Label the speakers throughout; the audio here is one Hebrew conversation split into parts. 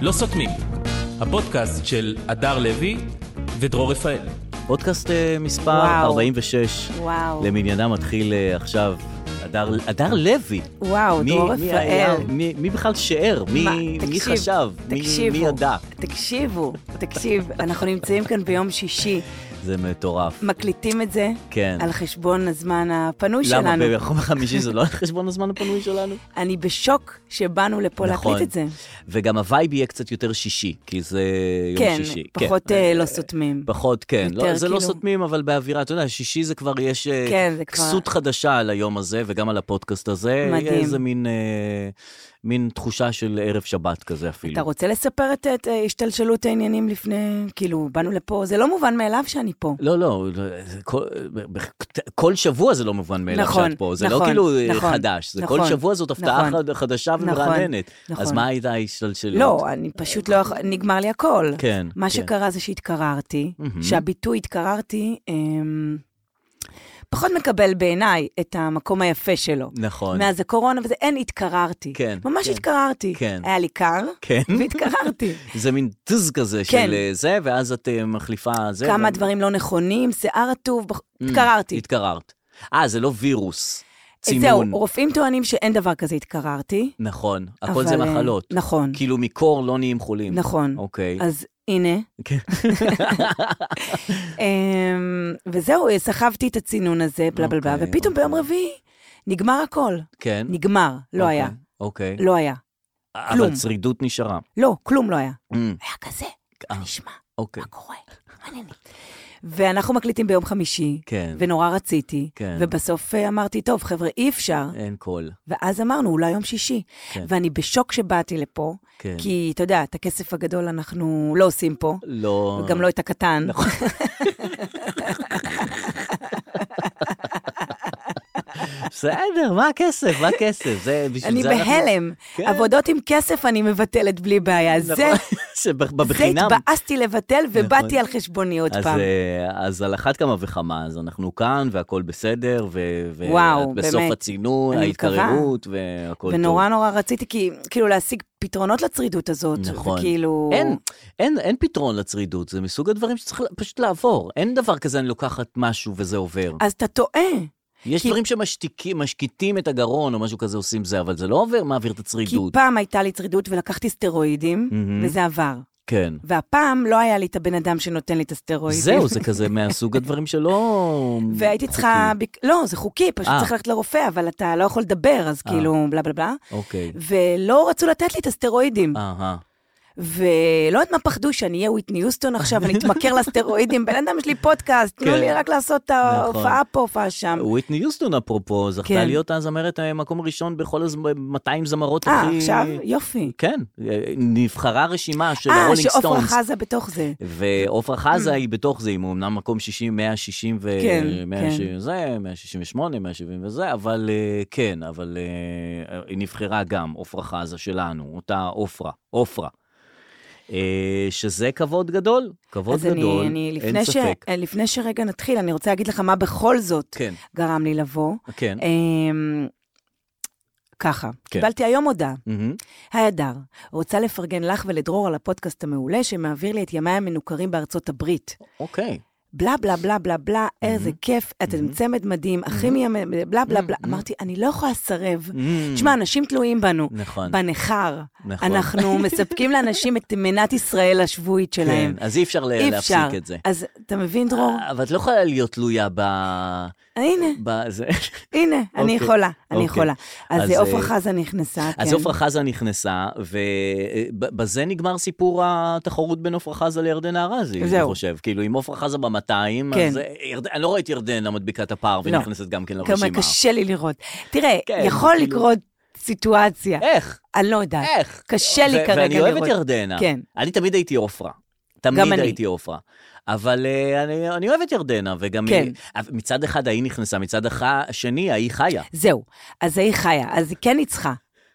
Speaker 1: לא סותמים, הפודקאסט של הדר לוי ודרור רפאל.
Speaker 2: פודקאסט אה, מספר
Speaker 3: וואו.
Speaker 2: 46,
Speaker 3: וואו.
Speaker 2: למניינם מתחיל אה, עכשיו. הדר, הדר לוי.
Speaker 3: וואו,
Speaker 2: מי-
Speaker 3: דרור
Speaker 2: מי
Speaker 3: רפאל.
Speaker 2: היה- מי, מי בכלל שאר? מי,
Speaker 3: מה,
Speaker 2: מי
Speaker 3: תקשיב,
Speaker 2: חשב?
Speaker 3: תקשיבו,
Speaker 2: מי, מי ידע?
Speaker 3: תקשיבו, תקשיב, אנחנו נמצאים כאן ביום שישי,
Speaker 2: זה מטורף.
Speaker 3: מקליטים את זה
Speaker 2: כן.
Speaker 3: על חשבון הזמן הפנוי
Speaker 2: למה
Speaker 3: שלנו.
Speaker 2: ביום חמישי זה לא על חשבון הזמן הפנוי שלנו?
Speaker 3: אני בשוק שבאנו לפה
Speaker 2: נכון.
Speaker 3: להקליט את זה.
Speaker 2: וגם הווייב יהיה קצת יותר שישי, כי זה יום
Speaker 3: כן,
Speaker 2: שישי.
Speaker 3: פחות אה, לא סותמים.
Speaker 2: פחות, כן. לא,
Speaker 3: יותר
Speaker 2: זה לא
Speaker 3: כאילו-
Speaker 2: סותמים, אבל באווירה, אתה יודע, שישי זה כבר, יש אה,
Speaker 3: כן, זה כבר-
Speaker 2: כסות חדשה על היום הזה, וגם על הפודקאסט הזה. יהיה
Speaker 3: מדהים.
Speaker 2: איזה מין, אה, מין תחושה של ערב שבת כזה אפילו.
Speaker 3: אתה רוצה לספר את את, אה, השתלשלות העניינים לפני, כאילו, באנו לפה, זה לא מובן מאליו שאני פה.
Speaker 2: לא, לא, זה כל, כל שבוע זה לא מובן מאליו
Speaker 3: נכון,
Speaker 2: שאת פה, זה לא
Speaker 3: נכון,
Speaker 2: כאילו אה,
Speaker 3: נכון,
Speaker 2: חדש, זה כל
Speaker 3: נכון,
Speaker 2: שבוע זאת הפתעה
Speaker 3: נכון,
Speaker 2: חד- חדשה
Speaker 3: נכון,
Speaker 2: ומרעננת. אז
Speaker 3: נכון.
Speaker 2: מה הייתה ההשתלשלות?
Speaker 3: לא, אני פשוט לא, יכול- נגמר לי הכל.
Speaker 2: כן,
Speaker 3: מה
Speaker 2: כן.
Speaker 3: שקרה זה שהתקררתי,
Speaker 2: מהמם.
Speaker 3: שהביטוי התקררתי, אמ, פחות מקבל בעיניי את המקום היפה שלו.
Speaker 2: נכון.
Speaker 3: מאז הקורונה, וזה אין, התקררתי.
Speaker 2: כן,
Speaker 3: ממש
Speaker 2: כן.
Speaker 3: התקררתי.
Speaker 2: כן.
Speaker 3: היה לי קר,
Speaker 2: כן.
Speaker 3: והתקררתי.
Speaker 2: זה מין טז כזה
Speaker 3: כן.
Speaker 2: של אה, זה, ואז את אה, מחליפה זה.
Speaker 3: כמה
Speaker 2: ו-
Speaker 3: דברים לא נכונים, שיער רטוב, בח-
Speaker 2: Mm,
Speaker 3: התקררתי. אה,
Speaker 2: התקררת. אה, זה לא וירוס.
Speaker 3: זהו,
Speaker 2: צינון.
Speaker 3: רופאים טוענים שאין דבר כזה התקררתי.
Speaker 2: נכון, הכל
Speaker 3: אבל,
Speaker 2: זה
Speaker 3: אה,
Speaker 2: מחלות.
Speaker 3: נכון,
Speaker 2: כאילו מקור לא נהיים חולים.
Speaker 3: נכון.
Speaker 2: אוקיי.
Speaker 3: אז הנה,
Speaker 2: כן.
Speaker 3: אמ, וזהו, סחבתי את הצינון הזה, בלה בלה בלה,
Speaker 2: אוקיי,
Speaker 3: ופתאום ביום
Speaker 2: אוקיי.
Speaker 3: רביעי נגמר הכל.
Speaker 2: כן.
Speaker 3: נגמר, לא
Speaker 2: אוקיי,
Speaker 3: היה,
Speaker 2: אוקיי. אה,
Speaker 3: לא היה. כלום.
Speaker 2: אבל צרידות נשארה.
Speaker 3: לא, כלום לא היה.
Speaker 2: Mm,
Speaker 3: היה כזה,
Speaker 2: אה.
Speaker 3: מה נשמע?
Speaker 2: אוקיי.
Speaker 3: מה קורה? מה העניינים? ואנחנו מקליטים ביום חמישי,
Speaker 2: כן.
Speaker 3: ונורא רציתי,
Speaker 2: כן.
Speaker 3: ובסוף אה, אמרתי, טוב, חבר'ה, אי אפשר.
Speaker 2: אין קול.
Speaker 3: ואז אמרנו, אולי יום שישי.
Speaker 2: כן.
Speaker 3: ואני בשוק שבאתי לפה,
Speaker 2: כן.
Speaker 3: כי אתה יודע, את הכסף הגדול אנחנו לא עושים פה,
Speaker 2: לא...
Speaker 3: גם לא את הקטן.
Speaker 2: נכון. בסדר, מה הכסף? מה הכסף? זה בשביל
Speaker 3: אני
Speaker 2: זה אנחנו-
Speaker 3: בהלם.
Speaker 2: כן.
Speaker 3: עבודות עם כסף אני מבטלת בלי בעיה.
Speaker 2: נכון.
Speaker 3: זה, זה
Speaker 2: שבחינם.
Speaker 3: התבאסתי לבטל,
Speaker 2: נכון.
Speaker 3: ובאתי על חשבוני עוד
Speaker 2: אז,
Speaker 3: פעם.
Speaker 2: אה, אז על אחת כמה וכמה, אז אנחנו כאן והכל בסדר, ו- ו-
Speaker 3: וואו,
Speaker 2: את בסוף
Speaker 3: באמת.
Speaker 2: הצינון,
Speaker 3: אני מקווה.
Speaker 2: ההתקררות והכל טוב.
Speaker 3: ונורא נורא רציתי, כי כאילו להשיג פתרונות לצרידות הזאת.
Speaker 2: נכון.
Speaker 3: וכאילו...
Speaker 2: אין, אין, אין פתרון לצרידות, זה מסוג הדברים שצריך ל- פשוט לעבור. אין דבר כזה, אני לוקחת משהו וזה עובר.
Speaker 3: אז אתה טועה,
Speaker 2: יש
Speaker 3: אה, כי-
Speaker 2: דברים שמשתיקים, משקיטים את הגרון או משהו כזה עושים זה, אבל זה לא עובר, מעביר את
Speaker 3: כי
Speaker 2: הצרידות.
Speaker 3: פעם הייתה לי צרידות ולקחתי סטרואידים,
Speaker 2: מהמם.
Speaker 3: וזה עבר.
Speaker 2: כן.
Speaker 3: והפעם לא היה לי את הבן אדם שנותן לי את הסטרואידים.
Speaker 2: זהו, זה כזה מהסוג הדברים שלא...
Speaker 3: והייתי צריכה...
Speaker 2: חוקי.
Speaker 3: ביק- לא, זה חוקי, פשוט
Speaker 2: אה.
Speaker 3: צריך ללכת לרופא, אבל אתה לא יכול לדבר, אז
Speaker 2: אה.
Speaker 3: כאילו בלה בלה בלה.
Speaker 2: אוקיי.
Speaker 3: ולא רצו לתת לי את הסטרואידים.
Speaker 2: אהה.
Speaker 3: ולא יודעת מה פחדו, שאני אהיה וויטני יוסטון עכשיו, אני אתמכר לסטרואידים, בן אדם יש לי פודקאסט, תנו
Speaker 2: כן.
Speaker 3: לי רק לעשות את ההופעה פה, הופעה שם.
Speaker 2: וויטני יוסטון אפרופו, זכתה
Speaker 3: כן.
Speaker 2: להיות הזמרת אה, מקום ראשון בכל הזמ- 200 זמרות הכי...
Speaker 3: אה, עכשיו? יופי.
Speaker 2: כן, אה, נבחרה רשימה של
Speaker 3: אה,
Speaker 2: הרולינג
Speaker 3: שעופרה
Speaker 2: סטונס.
Speaker 3: חזה בתוך זה.
Speaker 2: ועופרה חזה היא בתוך זה, היא אמנם מקום 60, 160 ו...
Speaker 3: כן,
Speaker 2: 160
Speaker 3: כן.
Speaker 2: זה, 168, 170 וזה, אבל אה, כן, אבל אה, היא נבחרה גם, עופרה חזה שלנו, אותה עופרה, עופרה. אה, שזה כבוד גדול, כבוד
Speaker 3: אז אני-
Speaker 2: גדול,
Speaker 3: אני,
Speaker 2: אין
Speaker 3: לפני, ש...
Speaker 2: ספק.
Speaker 3: אה, לפני שרגע נתחיל, אני רוצה להגיד לך מה בכל זאת
Speaker 2: כן,
Speaker 3: גרם לי לבוא.
Speaker 2: כן.
Speaker 3: אמ, ככה,
Speaker 2: כן.
Speaker 3: קיבלתי היום הודעה.
Speaker 2: מהמם.
Speaker 3: היי אדר, רוצה לפרגן לך ולדרור על הפודקאסט המעולה שמעביר לי את ימיי המנוכרים בארצות הברית.
Speaker 2: אוקיי.
Speaker 3: בלה בלה בלה בלה בלה, איזה
Speaker 2: Mm-hmm.
Speaker 3: כיף, אתם צמד מדהים, הכי מימי, בלה בלה בלה. אמרתי, אני לא יכולה לסרב.
Speaker 2: מהמם.
Speaker 3: תשמע, אנשים תלויים בנו,
Speaker 2: Mm-hmm. נכון.
Speaker 3: בניכר.
Speaker 2: נכון.
Speaker 3: אנחנו מספקים לאנשים את מנת ישראל השבועית שלהם.
Speaker 2: כן, אז אי אפשר ל-
Speaker 3: אי אפשר.
Speaker 2: להפסיק את זה.
Speaker 3: אז אתה מבין, דרור?
Speaker 2: אבל את לא יכולה להיות תלויה ב...
Speaker 3: הנה,
Speaker 2: ב... זה...
Speaker 3: הנה, אני
Speaker 2: אה, אוקיי,
Speaker 3: יכולה, אני
Speaker 2: אוקיי.
Speaker 3: יכולה.
Speaker 2: אז,
Speaker 3: אז
Speaker 2: אה,
Speaker 3: עפרה חזה נכנסה, כן.
Speaker 2: אז עפרה חזה נכנסה, ובזה נגמר סיפור התחרות בין עפרה חזה לירדן ארזי, אני
Speaker 3: זהו.
Speaker 2: חושב. כאילו, אם עפרה חזה ב-200,
Speaker 3: כן.
Speaker 2: אז אה, ירד... אני לא ראיתי ירדנה מדביקה את הפער
Speaker 3: לא.
Speaker 2: ונכנסת גם כן
Speaker 3: כמה
Speaker 2: לרשימה.
Speaker 3: קשה לי לראות. תראה,
Speaker 2: כן,
Speaker 3: יכול
Speaker 2: כאילו- אה,
Speaker 3: לקרות סיטואציה,
Speaker 2: איך?
Speaker 3: אני לא יודעת.
Speaker 2: איך?
Speaker 3: קשה לי
Speaker 2: ו-
Speaker 3: כרגע
Speaker 2: ואני אוהב את
Speaker 3: לראות.
Speaker 2: ירדנה.
Speaker 3: כן.
Speaker 2: אני תמיד הייתי עופרה. תמיד
Speaker 3: גם אני.
Speaker 2: הייתי עופרה. אבל אה, אני, אני אוהב את ירדנה, וגם
Speaker 3: כן.
Speaker 2: היא, אבל מצד אחד ההיא נכנסה, מצד אח- השני ההיא חיה.
Speaker 3: זהו, אז היא חיה, אז היא כן ניצחה.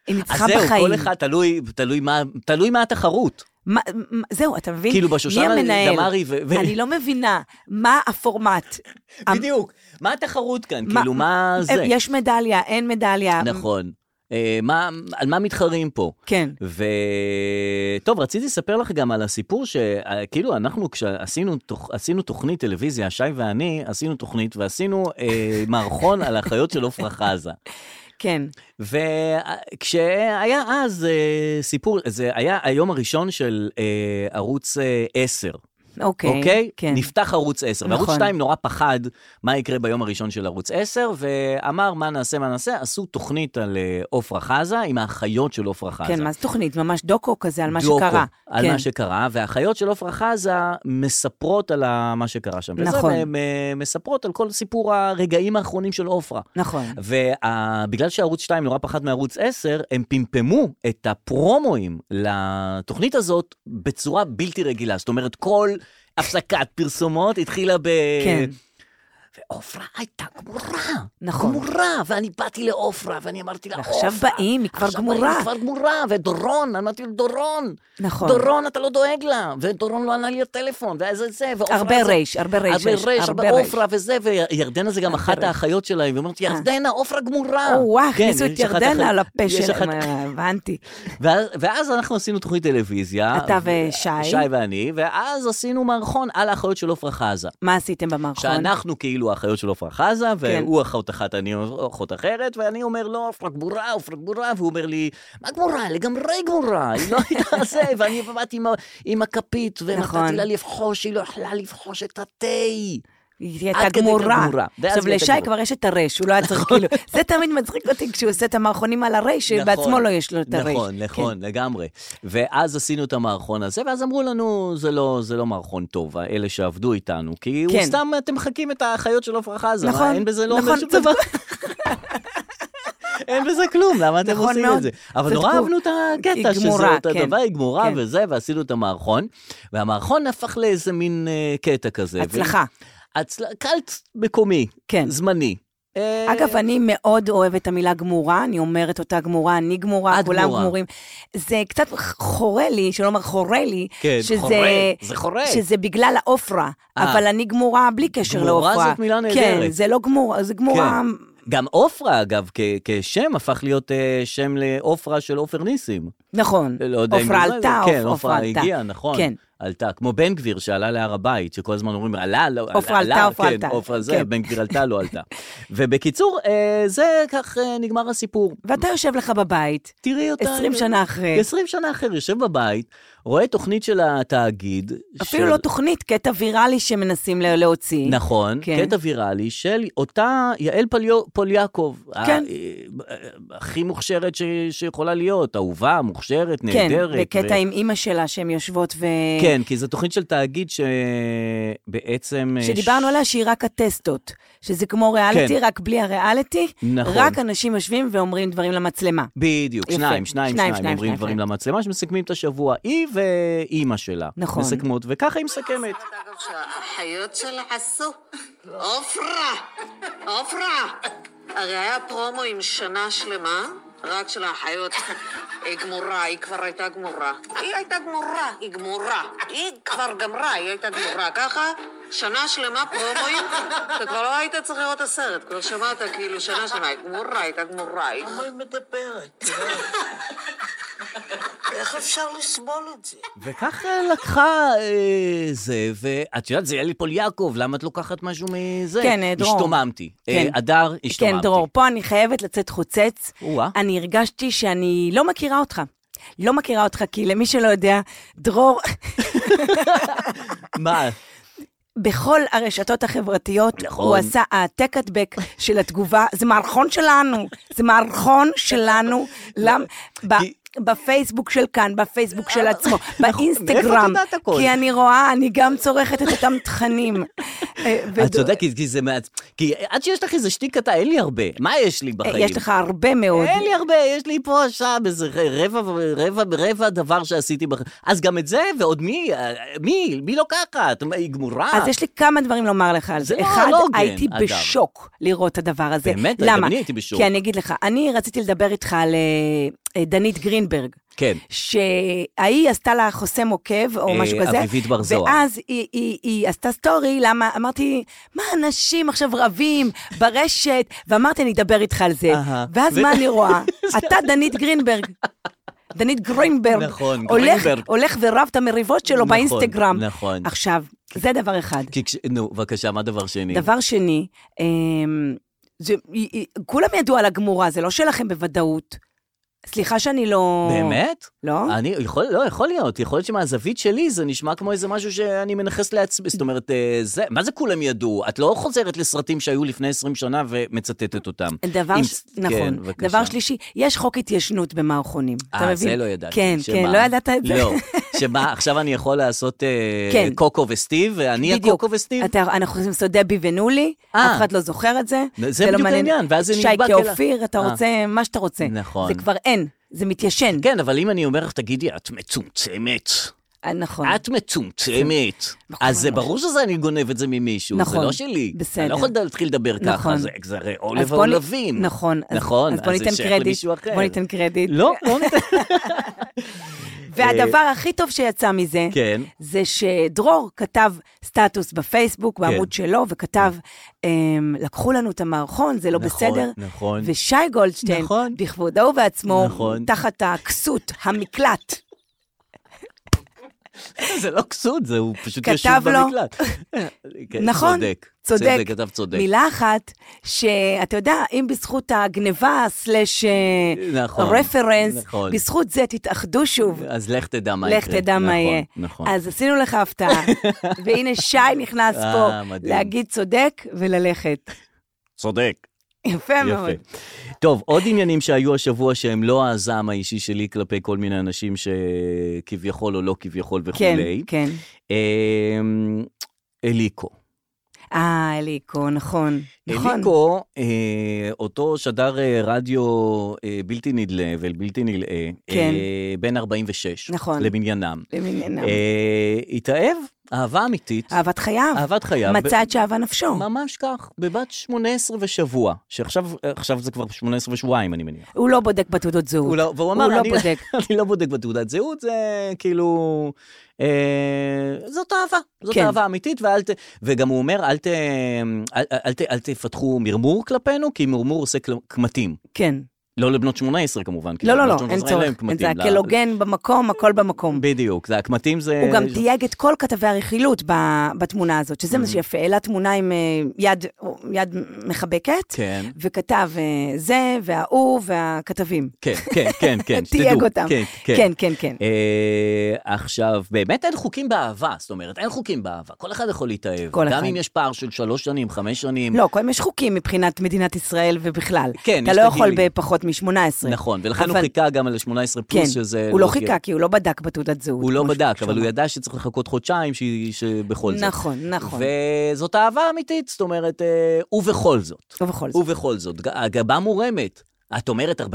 Speaker 3: היא
Speaker 2: אז
Speaker 3: ניצחה
Speaker 2: זהו,
Speaker 3: בחיים.
Speaker 2: כל אחד תלוי, תלוי, מה, תלוי מה התחרות.
Speaker 3: מה- מה- זהו, אתה מבין?
Speaker 2: כאילו,
Speaker 3: מי
Speaker 2: בשושנה
Speaker 3: המנהל?
Speaker 2: דמארי ו- ו-
Speaker 3: אני לא מבינה, מה הפורמט?
Speaker 2: בדיוק. מה התחרות כאן? כאילו, מה זה?
Speaker 3: אמ, אה, יש מדליה, אין מדליה.
Speaker 2: נכון. אה, מה- על מה מתחרים פה?
Speaker 3: כן.
Speaker 2: וטוב, רציתי לספר לך גם על הסיפור שכאילו אנחנו כשעשינו תוכ... עשינו תוכנית טלוויזיה, שי ואני עשינו תוכנית ועשינו אה, מערכון על החיות של עופרה חזה.
Speaker 3: כן.
Speaker 2: וכשהיה אז אה, סיפור, זה היה היום הראשון של אה, ערוץ אה, 10.
Speaker 3: אוקיי.
Speaker 2: אוקיי?
Speaker 3: כן.
Speaker 2: נפתח ערוץ 10.
Speaker 3: נכון.
Speaker 2: וערוץ 2 נורא פחד מה יקרה ביום הראשון של ערוץ 10, ואמר מה נעשה, מה נעשה, עשו תוכנית על אה, עופרה חזה עם האחיות של עופרה חזה.
Speaker 3: כן, מה זה תוכנית? ממש דוקו כזה על מה
Speaker 2: אה. דוקו
Speaker 3: שקרה.
Speaker 2: על
Speaker 3: כן.
Speaker 2: מה שקרה, והאחיות של עפרה חזה מספרות על ה- מה שקרה שם.
Speaker 3: נכון.
Speaker 2: וזה, והן אה, מספרות על כל סיפור הרגעים האחרונים של עפרה.
Speaker 3: נכון.
Speaker 2: ובגלל שערוץ 2 נורא פחד מערוץ 10, הם פמפמו את הפרומואים לתוכנית הזאת בצורה בלתי רגילה. זאת אומרת, כל הפסקת פרסומות התחילה ב...
Speaker 3: כן.
Speaker 2: ועופרה הייתה גמורה.
Speaker 3: נכון.
Speaker 2: גמורה, ואני באתי לעופרה, ואני אמרתי לה, עופרה.
Speaker 3: ועכשיו באים, היא כבר
Speaker 2: עכשיו
Speaker 3: גמורה."
Speaker 2: היא כבר גמורה, ודורון, אמרתי לו, דורון.
Speaker 3: נכון.
Speaker 2: דורון, אתה לא דואג לה, ודורון לא ענה לי לטלפון, ואז זה, ועופרה...
Speaker 3: הרבה
Speaker 2: זה-
Speaker 3: רייש, הרבה רייש.
Speaker 2: הרבה
Speaker 3: יש,
Speaker 2: רייש,
Speaker 3: הרבה
Speaker 2: הרבה
Speaker 3: רייש.
Speaker 2: עופרה וזה, וירדנה זה גם
Speaker 3: הרבה
Speaker 2: אחת
Speaker 3: רייש.
Speaker 2: האחיות שלה, היא אומרת, ירדנה, עופרה גמורה.
Speaker 3: או, וואו,
Speaker 2: כן,
Speaker 3: הכניסו את
Speaker 2: יש אחת
Speaker 3: ירדנה
Speaker 2: אחת-
Speaker 3: על הפה
Speaker 2: יש אחת-
Speaker 3: שלהם, אה, הבנתי.
Speaker 2: ואז- ואז אנחנו עשינו תוכנית טלוויזיה.
Speaker 3: אתה
Speaker 2: ו-
Speaker 3: ושי?
Speaker 2: שי ואני, ואז עשינו מערכון על האחיות של עופרה חזה.
Speaker 3: מה עשיתם במערכון?
Speaker 2: שאנחנו כאילו האחיות של עופרה חזה,
Speaker 3: כן.
Speaker 2: והוא אחות אחת, אני אחות אחרת, ואני אומר לו, עופרה גמורה, עופרה גמורה, והוא אומר לי, מה גמורה? לגמרי גמורה, היא לא הייתה זה, ואני באתי עם ה- עם הכפית,
Speaker 3: נכון.
Speaker 2: ונתתי לה לבחוש, היא לא יכלה לבחוש את התה.
Speaker 3: היא
Speaker 2: עד
Speaker 3: הייתה
Speaker 2: כדי
Speaker 3: גמורה.
Speaker 2: גמורה, ואז
Speaker 3: עכשיו,
Speaker 2: היא הייתה
Speaker 3: לשי
Speaker 2: גמורה. נכון.
Speaker 3: כבר יש את הרייש, הוא לא היה צריך, כאילו, זה תמיד מצחיק אותי כשהוא עושה את המערכונים על הרייש, שבעצמו לא יש לו את הרייש.
Speaker 2: נכון, נכון, כן. לגמרי. ואז עשינו את המערכון הזה, ואז אמרו לנו, זה לא, זה לא מערכון טוב, אלה שעבדו איתנו, כי כן.
Speaker 3: כן.
Speaker 2: הוא סתם, אתם מחקים את האחיות של עפרה חזה,
Speaker 3: נכון,
Speaker 2: מה, אין בזה לא אומר
Speaker 3: נכון,
Speaker 2: שום
Speaker 3: צודק.
Speaker 2: דבר. אין בזה כלום, למה אתם
Speaker 3: נכון
Speaker 2: עושים
Speaker 3: מאוד,
Speaker 2: את זה? אבל
Speaker 3: צדקו.
Speaker 2: נורא אהבנו את הקטע,
Speaker 3: היא
Speaker 2: שזה
Speaker 3: גמורה,
Speaker 2: את הדבר,
Speaker 3: כן.
Speaker 2: היא גמורה
Speaker 3: כן.
Speaker 2: וזה, ועשינו את המערכון, והמערכון הפך לאיזה מין אה, קטע כזה.
Speaker 3: כן. הצלחה.
Speaker 2: הצל... קלט מקומי,
Speaker 3: כן.
Speaker 2: זמני. אה,
Speaker 3: אגב, אני מאוד אוהבת את המילה גמורה, אני אומרת אותה גמורה, אני גמורה,
Speaker 2: את
Speaker 3: כולם
Speaker 2: גמורה.
Speaker 3: גמורים. זה קצת חורה לי, שלא אומר חורה לי,
Speaker 2: כן,
Speaker 3: שזה-
Speaker 2: חורה, זה חורה.
Speaker 3: שזה בגלל העופרה,
Speaker 2: אה.
Speaker 3: אבל אני גמורה בלי קשר
Speaker 2: גמורה
Speaker 3: לעופרה.
Speaker 2: זאת מילה
Speaker 3: כן,
Speaker 2: נהדרת.
Speaker 3: זה לא גמורה, זה גמורה...
Speaker 2: כן. גם עופרה, אגב, כ- כשם, הפך להיות אה, שם לעופרה של עופר ניסים.
Speaker 3: נכון.
Speaker 2: לא יודע אם
Speaker 3: עופרה
Speaker 2: זה-
Speaker 3: עלתה,
Speaker 2: כן,
Speaker 3: עופרה
Speaker 2: עופרה
Speaker 3: עלתה.
Speaker 2: הגיעה, נכון.
Speaker 3: כן.
Speaker 2: עלתה, כמו בן גביר שעלה להר הבית, שכל הזמן אומרים, עלה, לא,
Speaker 3: עופרה
Speaker 2: עלה,
Speaker 3: עלתה, עופרה
Speaker 2: כן,
Speaker 3: עלתה.
Speaker 2: עופרה זה,
Speaker 3: כן.
Speaker 2: בן גביר עלתה, לא עלתה. ובקיצור, אה, זה כך אה, נגמר הסיפור.
Speaker 3: ואתה יושב לך בבית,
Speaker 2: תראי אותה.
Speaker 3: 20 שנה אחרי.
Speaker 2: 20 שנה אחרי, יושב בבית, רואה תוכנית של התאגיד.
Speaker 3: אפילו
Speaker 2: של-
Speaker 3: לא תוכנית, קטע ויראלי שמנסים לה- להוציא.
Speaker 2: נכון,
Speaker 3: כן.
Speaker 2: כן. קטע ויראלי של אותה יעל פוליו, פוליאקוב.
Speaker 3: כן.
Speaker 2: ה- אה, הכי מוכשרת ש, שיכולה להיות, אהובה, מוכשרת,
Speaker 3: כן,
Speaker 2: נהדרת.
Speaker 3: בקטע עם אה, אימא שלה שהן יושבות ו...
Speaker 2: כן, כי זו תוכנית של תאגיד שבעצם... אה,
Speaker 3: שדיברנו עליה שהיא רק הטסטות, שזה כמו ריאליטי,
Speaker 2: כן.
Speaker 3: רק בלי הריאליטי,
Speaker 2: נכון.
Speaker 3: רק אנשים יושבים ואומרים דברים למצלמה.
Speaker 2: בדיוק,
Speaker 3: יפה.
Speaker 2: שניים, שניים, שניים,
Speaker 3: שניים,
Speaker 2: אומרים
Speaker 3: שניים, שניים,
Speaker 2: דברים
Speaker 3: שניים.
Speaker 2: למצלמה שמסכמים את השבוע, היא ואימא שלה.
Speaker 3: נכון.
Speaker 2: מסכמות, וככה היא מסכמת.
Speaker 4: אגב שהחיות שלה עשו? עופרה! עופרה! הרי היה פרומו עם שנה שלמה, רק של האחיות. היא גמורה, היא כבר הייתה גמורה. היא הייתה גמורה, היא גמורה. היא כבר גמרה, היא הייתה גמורה. ככה, שנה שלמה פרומואים, אתה כבר לא היית צריך לראות את הסרט, כבר שמעת כאילו שנה שלמה, היא גמורה, הייתה גמורה. היא
Speaker 5: למה היא מדברת? תראה. איך אפשר לסבול את זה?
Speaker 2: וכך אה, לקחה אה, זה, ואת יודעת, זה יאלי פול יעקב, למה את לוקחת משהו מזה?
Speaker 3: כן, אה, דרור.
Speaker 2: השתוממתי. אה,
Speaker 3: כן.
Speaker 2: הדר, השתוממתי.
Speaker 3: כן, דרור, פה אני חייבת לצאת חוצץ.
Speaker 2: או-אה.
Speaker 3: אני הרגשתי שאני לא מכירה אותך. לא מכירה אותך, כי למי שלא יודע, דרור,
Speaker 2: מה?
Speaker 3: בכל הרשתות החברתיות,
Speaker 2: נכון.
Speaker 3: הוא עשה העתק הדבק של התגובה, זה מערכון שלנו, זה מערכון שלנו, למ... ב...
Speaker 2: כי- נכון.
Speaker 3: בפייסבוק של כאן, בפייסבוק של עצמו,
Speaker 2: מאיפה את
Speaker 3: באינסטגרם,
Speaker 2: יודעת הכל?
Speaker 3: כי אני רואה, אני גם צורכת את אותם תכנים. אה, וד-
Speaker 2: את צודקת, כי- כי זה מעצ... כי עד שיש לך איזה שתיקתה, אין לי הרבה. מה יש לי
Speaker 3: אה,
Speaker 2: בחיים?
Speaker 3: יש לך הרבה מאוד.
Speaker 2: אין לי הרבה, יש לי פה, שם, איזה רבע, רבע, רבע דבר שעשיתי בחיים. אז גם את זה, ועוד מי? אה, מי? מי לוקחת? מה, היא גמורה.
Speaker 3: אז יש לי כמה דברים לומר לך על זה.
Speaker 2: זה לא-
Speaker 3: אחד,
Speaker 2: לא הוגן,
Speaker 3: הייתי
Speaker 2: אגב.
Speaker 3: בשוק לראות את הדבר הזה.
Speaker 2: באמת? גם
Speaker 3: למה?
Speaker 2: אני הייתי בשוק.
Speaker 3: כי אני אגיד לך, אני רציתי לדבר איתך על אה, אה, דנית גרינברג.
Speaker 2: כן.
Speaker 3: שההיא עשתה לה חוסם עוקב, או
Speaker 2: אה,
Speaker 3: משהו כזה.
Speaker 2: אביבית בר זוהר.
Speaker 3: ואז היא- היא- היא עשתה סטורי, למה, אמרתי, מה, אנשים עכשיו רבים ברשת, ואמרתי, אני אדבר איתך על זה.
Speaker 2: אהה.
Speaker 3: ואז
Speaker 2: ו-
Speaker 3: מה אני רואה? אתה דנית גרינברג. דנית גרינברג.
Speaker 2: נכון,
Speaker 3: הולך-
Speaker 2: גרינברג.
Speaker 3: הולך ורב את המריבות שלו
Speaker 2: נכון,
Speaker 3: באינסטגרם.
Speaker 2: נכון.
Speaker 3: עכשיו, זה דבר אחד.
Speaker 2: כי כש... נו, בבקשה, מה דבר שני?
Speaker 3: דבר שני, אמ, זה, היא- היא- כולם ידעו על הגמורה, זה לא שלכם בוודאות. סליחה שאני לא...
Speaker 2: באמת?
Speaker 3: לא?
Speaker 2: אני, יכול, לא, יכול להיות, יכול להיות שמהזווית שלי זה נשמע כמו איזה משהו שאני מנכס לעצמי, זאת אומרת, אה, זה, מה זה כולם ידעו? את לא חוזרת לסרטים שהיו לפני 20 שנה ומצטטת אותם.
Speaker 3: דבר,
Speaker 2: אם-
Speaker 3: ש... נכון.
Speaker 2: כן, בבקשה.
Speaker 3: דבר שלישי, יש חוק התיישנות במערכונים. אתה
Speaker 2: אה,
Speaker 3: מבין?
Speaker 2: זה לא ידעתי.
Speaker 3: כן,
Speaker 2: שמה?
Speaker 3: כן, לא ידעת את זה?
Speaker 2: לא, שמה, עכשיו אני יכול לעשות אה,
Speaker 3: כן.
Speaker 2: קוקו וסטיב, ואני
Speaker 3: בדיוק.
Speaker 2: הקוקו וסטיב?
Speaker 3: אתה, אנחנו עושים סוד דבי ונולי,
Speaker 2: אה.
Speaker 3: אף אחד לא זוכר את זה.
Speaker 2: זה בדיוק
Speaker 3: מעניין.
Speaker 2: העניין, ואז זה נדבק
Speaker 3: שייקה
Speaker 2: אליו.
Speaker 3: אופיר, אתה
Speaker 2: אה.
Speaker 3: רוצה מה שאתה רוצה.
Speaker 2: נכון.
Speaker 3: זה כבר אין, זה מתיישן.
Speaker 2: כן, אבל אם אני אומר לך, תגידי, את מצומצמת.
Speaker 3: אה, נכון.
Speaker 2: את מצומצמת. אז זה ברור שזה אני גונב את זה ממישהו,
Speaker 3: נכון,
Speaker 2: זה לא שלי.
Speaker 3: בסדר.
Speaker 2: אני לא יכול להתחיל לדבר ככה,
Speaker 3: נכון.
Speaker 2: זה- זה הרי או
Speaker 3: אז
Speaker 2: לב
Speaker 3: בוא
Speaker 2: או
Speaker 3: נ-
Speaker 2: לוין.
Speaker 3: נכון. אז-
Speaker 2: נכון,
Speaker 3: אז בוא
Speaker 2: זה
Speaker 3: ניתן
Speaker 2: שייך
Speaker 3: קרדיט.
Speaker 2: למישהו אחר.
Speaker 3: בוא ניתן קרדיט.
Speaker 2: לא, לא ניתן.
Speaker 3: והדבר הכי טוב שיצא מזה,
Speaker 2: כן.
Speaker 3: זה שדרור כתב סטטוס בפייסבוק,
Speaker 2: כן.
Speaker 3: בעמוד שלו, וכתב, אמ, לקחו לנו את המערכון, זה לא
Speaker 2: נכון,
Speaker 3: בסדר.
Speaker 2: נכון.
Speaker 3: ושי גולדשטיין,
Speaker 2: נכון.
Speaker 3: בכבודו ובעצמו,
Speaker 2: נכון.
Speaker 3: תחת הכסות, המקלט,
Speaker 2: זה לא כסות, זה הוא פשוט
Speaker 3: כתב
Speaker 2: ישוב
Speaker 3: לו.
Speaker 2: במקלט. כן,
Speaker 3: נכון,
Speaker 2: צודק.
Speaker 3: צודק.
Speaker 2: כתב צודק.
Speaker 3: מילה אחת, שאתה יודע, אם בזכות הגניבה, סלאש אה,
Speaker 2: נכון,
Speaker 3: רפרנס,
Speaker 2: נכון.
Speaker 3: בזכות זה תתאחדו שוב.
Speaker 2: אז לך תדע מה יקרה.
Speaker 3: לך תדע מה
Speaker 2: נכון,
Speaker 3: יהיה.
Speaker 2: נכון.
Speaker 3: אז עשינו לך הפתעה, והנה שי נכנס
Speaker 2: אה,
Speaker 3: פה,
Speaker 2: מדהים.
Speaker 3: להגיד צודק וללכת.
Speaker 2: צודק.
Speaker 3: יפה מאוד.
Speaker 2: יפה. טוב, עוד עניינים שהיו השבוע שהם לא הזעם האישי שלי כלפי כל מיני אנשים שכביכול או לא כביכול
Speaker 3: כן,
Speaker 2: וכולי.
Speaker 3: כן.
Speaker 2: אמ, אליקו.
Speaker 3: אה, אליקו, נכון. נכון.
Speaker 2: אליקו, אה, אותו שדר אה, רדיו אה, בלתי נדלה ובלתי נלאה,
Speaker 3: כן.
Speaker 2: אה, בן 46,
Speaker 3: נכון.
Speaker 2: למניינם,
Speaker 3: למניינם.
Speaker 2: אה, התאהב, אהבה אמיתית,
Speaker 3: אהבת חייו.
Speaker 2: אהבת חייו.
Speaker 3: מצא את שאהבה נפשו.
Speaker 2: ממש כך, בבת 18 ושבוע, שעכשיו עכשיו זה כבר 18 ושבועיים, אני מניח.
Speaker 3: הוא לא בודק בתעודות זהות.
Speaker 2: הוא לא, והוא אמר,
Speaker 3: הוא לא
Speaker 2: אני,
Speaker 3: בודק.
Speaker 2: אני לא בודק בתעודת זהות, זה כאילו... אה, זאת אהבה, זאת
Speaker 3: כן.
Speaker 2: כן. אהבה אמיתית, ואל ת, וגם הוא אומר, אל, ת, אל, אל, ת, אל תפתחו מרמור כלפינו, כי מרמור עושה כל- קמטים.
Speaker 3: כן.
Speaker 2: לא לבנות 18 כמובן. כי
Speaker 3: לא, לא, לא,
Speaker 2: לבנות 18
Speaker 3: אין
Speaker 2: להם
Speaker 3: צורך. אין
Speaker 2: קמטים,
Speaker 3: זה
Speaker 2: ל-
Speaker 3: הכל הוגן במקום, הכל במקום.
Speaker 2: בדיוק, זה הקמטים זה...
Speaker 3: הוא גם תייג את כל כתבי הרכילות ב- בתמונה הזאת,
Speaker 2: Mm-hmm.
Speaker 3: שזה מה שיפה. העלה תמונה עם אה, יד- יד מחבקת,
Speaker 2: כן.
Speaker 3: וכתב אה, זה, וההוא, והכתבים.
Speaker 2: כן, כן, כן, כן, שתדעו.
Speaker 3: תייג אותם.
Speaker 2: כן, כן.
Speaker 3: כן, כן, כן.
Speaker 2: אה, עכשיו, באמת אין חוקים באהבה, זאת אומרת, אין חוקים באהבה. כל אחד יכול להתאהב.
Speaker 3: כל
Speaker 2: גם
Speaker 3: אחד.
Speaker 2: אם יש פער של שלוש שנים, חמש שנים.
Speaker 3: לא, קודם יש חוקים מבחינת מדינת ישראל ובכלל.
Speaker 2: כן,
Speaker 3: אתה
Speaker 2: יש את
Speaker 3: לא יכול
Speaker 2: הגילים.
Speaker 3: בפחות מ-18.
Speaker 2: נכון, ולכן הוא
Speaker 3: אבל-
Speaker 2: חיכה גם על ה-18
Speaker 3: כן,
Speaker 2: פלוס, שזה...
Speaker 3: הוא לא
Speaker 2: תהיה-
Speaker 3: חיכה, כי הוא לא בדק בתעודת זהות.
Speaker 2: הוא לא
Speaker 3: כמו
Speaker 2: בדק,
Speaker 3: שהוא
Speaker 2: אבל הוא
Speaker 3: אמר.
Speaker 2: ידע שצריך לחכות חודשיים, ש- שבכל זאת.
Speaker 3: נכון, נכון.
Speaker 2: וזאת אהבה אמיתית, זאת אומרת, אה, ובכל זאת.
Speaker 3: ובכל זאת.
Speaker 2: ובכל זאת, ג- הגבה מורמת. את אומרת 46-18?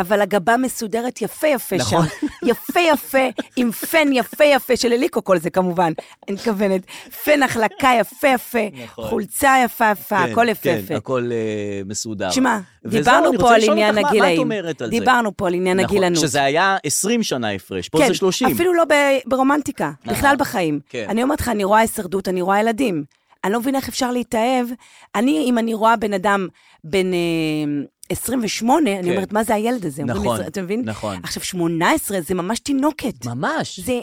Speaker 3: אבל הגבה מסודרת יפה יפה שם.
Speaker 2: נכון.
Speaker 3: יפה יפה, עם פן יפה יפה, של אליקו כל זה כמובן, אני מתכוונת. פן החלקה יפה יפה,
Speaker 2: נכון.
Speaker 3: חולצה יפה יפה,
Speaker 2: כן,
Speaker 3: הכל יפה
Speaker 2: כן,
Speaker 3: יפה.
Speaker 2: הכל אה, מסודר.
Speaker 3: תשמע,
Speaker 2: וזהו,
Speaker 3: דיברנו
Speaker 2: אני רוצה
Speaker 3: פה על
Speaker 2: לשאול
Speaker 3: עניין
Speaker 2: אותך, מה-
Speaker 3: הגילאים.
Speaker 2: מה את אומרת על זה?
Speaker 3: דיברנו פה על עניין
Speaker 2: נכון,
Speaker 3: הגילנות.
Speaker 2: שזה היה 20 שנה הפרש, פה
Speaker 3: כן,
Speaker 2: זה 30.
Speaker 3: אפילו לא ב- ברומנטיקה, בכלל בחיים.
Speaker 2: כן.
Speaker 3: אני אומרת לך, אני רואה הישרדות, אני רואה ילדים. אני לא מבינה איך אפשר להתאהב. אני, אם אני רואה בן אדם בן אה, 28, אני
Speaker 2: כן.
Speaker 3: אומרת, מה זה הילד הזה? אומרים
Speaker 2: נכון,
Speaker 3: לי, אתה מבין?
Speaker 2: נכון.
Speaker 3: עכשיו, 18 זה ממש תינוקת.
Speaker 2: ממש.
Speaker 3: זה, אה,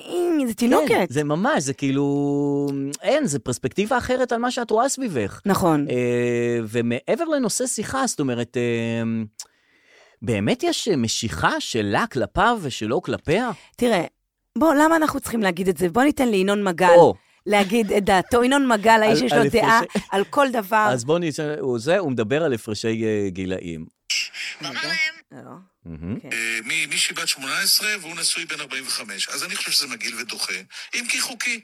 Speaker 3: זה
Speaker 2: כן,
Speaker 3: תינוקת.
Speaker 2: זה ממש, זה כאילו... אין, זה פרספקטיבה אחרת על מה שאת רואה סביבך.
Speaker 3: נכון.
Speaker 2: אה, ומעבר לנושא שיחה, זאת אומרת, אה, באמת יש אה, משיכה שלה כלפיו ושלו כלפיה?
Speaker 3: תראה, בוא, למה אנחנו צריכים להגיד את זה? בוא ניתן לינון מגל
Speaker 2: או.
Speaker 3: להגיד את דעתו. ינון מגל, האיש
Speaker 2: על-
Speaker 3: יש לו
Speaker 2: על
Speaker 3: דעה
Speaker 2: הפרשי-
Speaker 3: על כל דבר.
Speaker 2: אז בואו נשאל, הוא זה, הוא מדבר על הפרשי אה, גילאים.
Speaker 3: לא.
Speaker 2: מהמם.
Speaker 6: אה, מ- מישהי בת 18 והוא נשוי בן 45. אז אני חושב שזה מגעיל ודוחה, אם כי חוקי.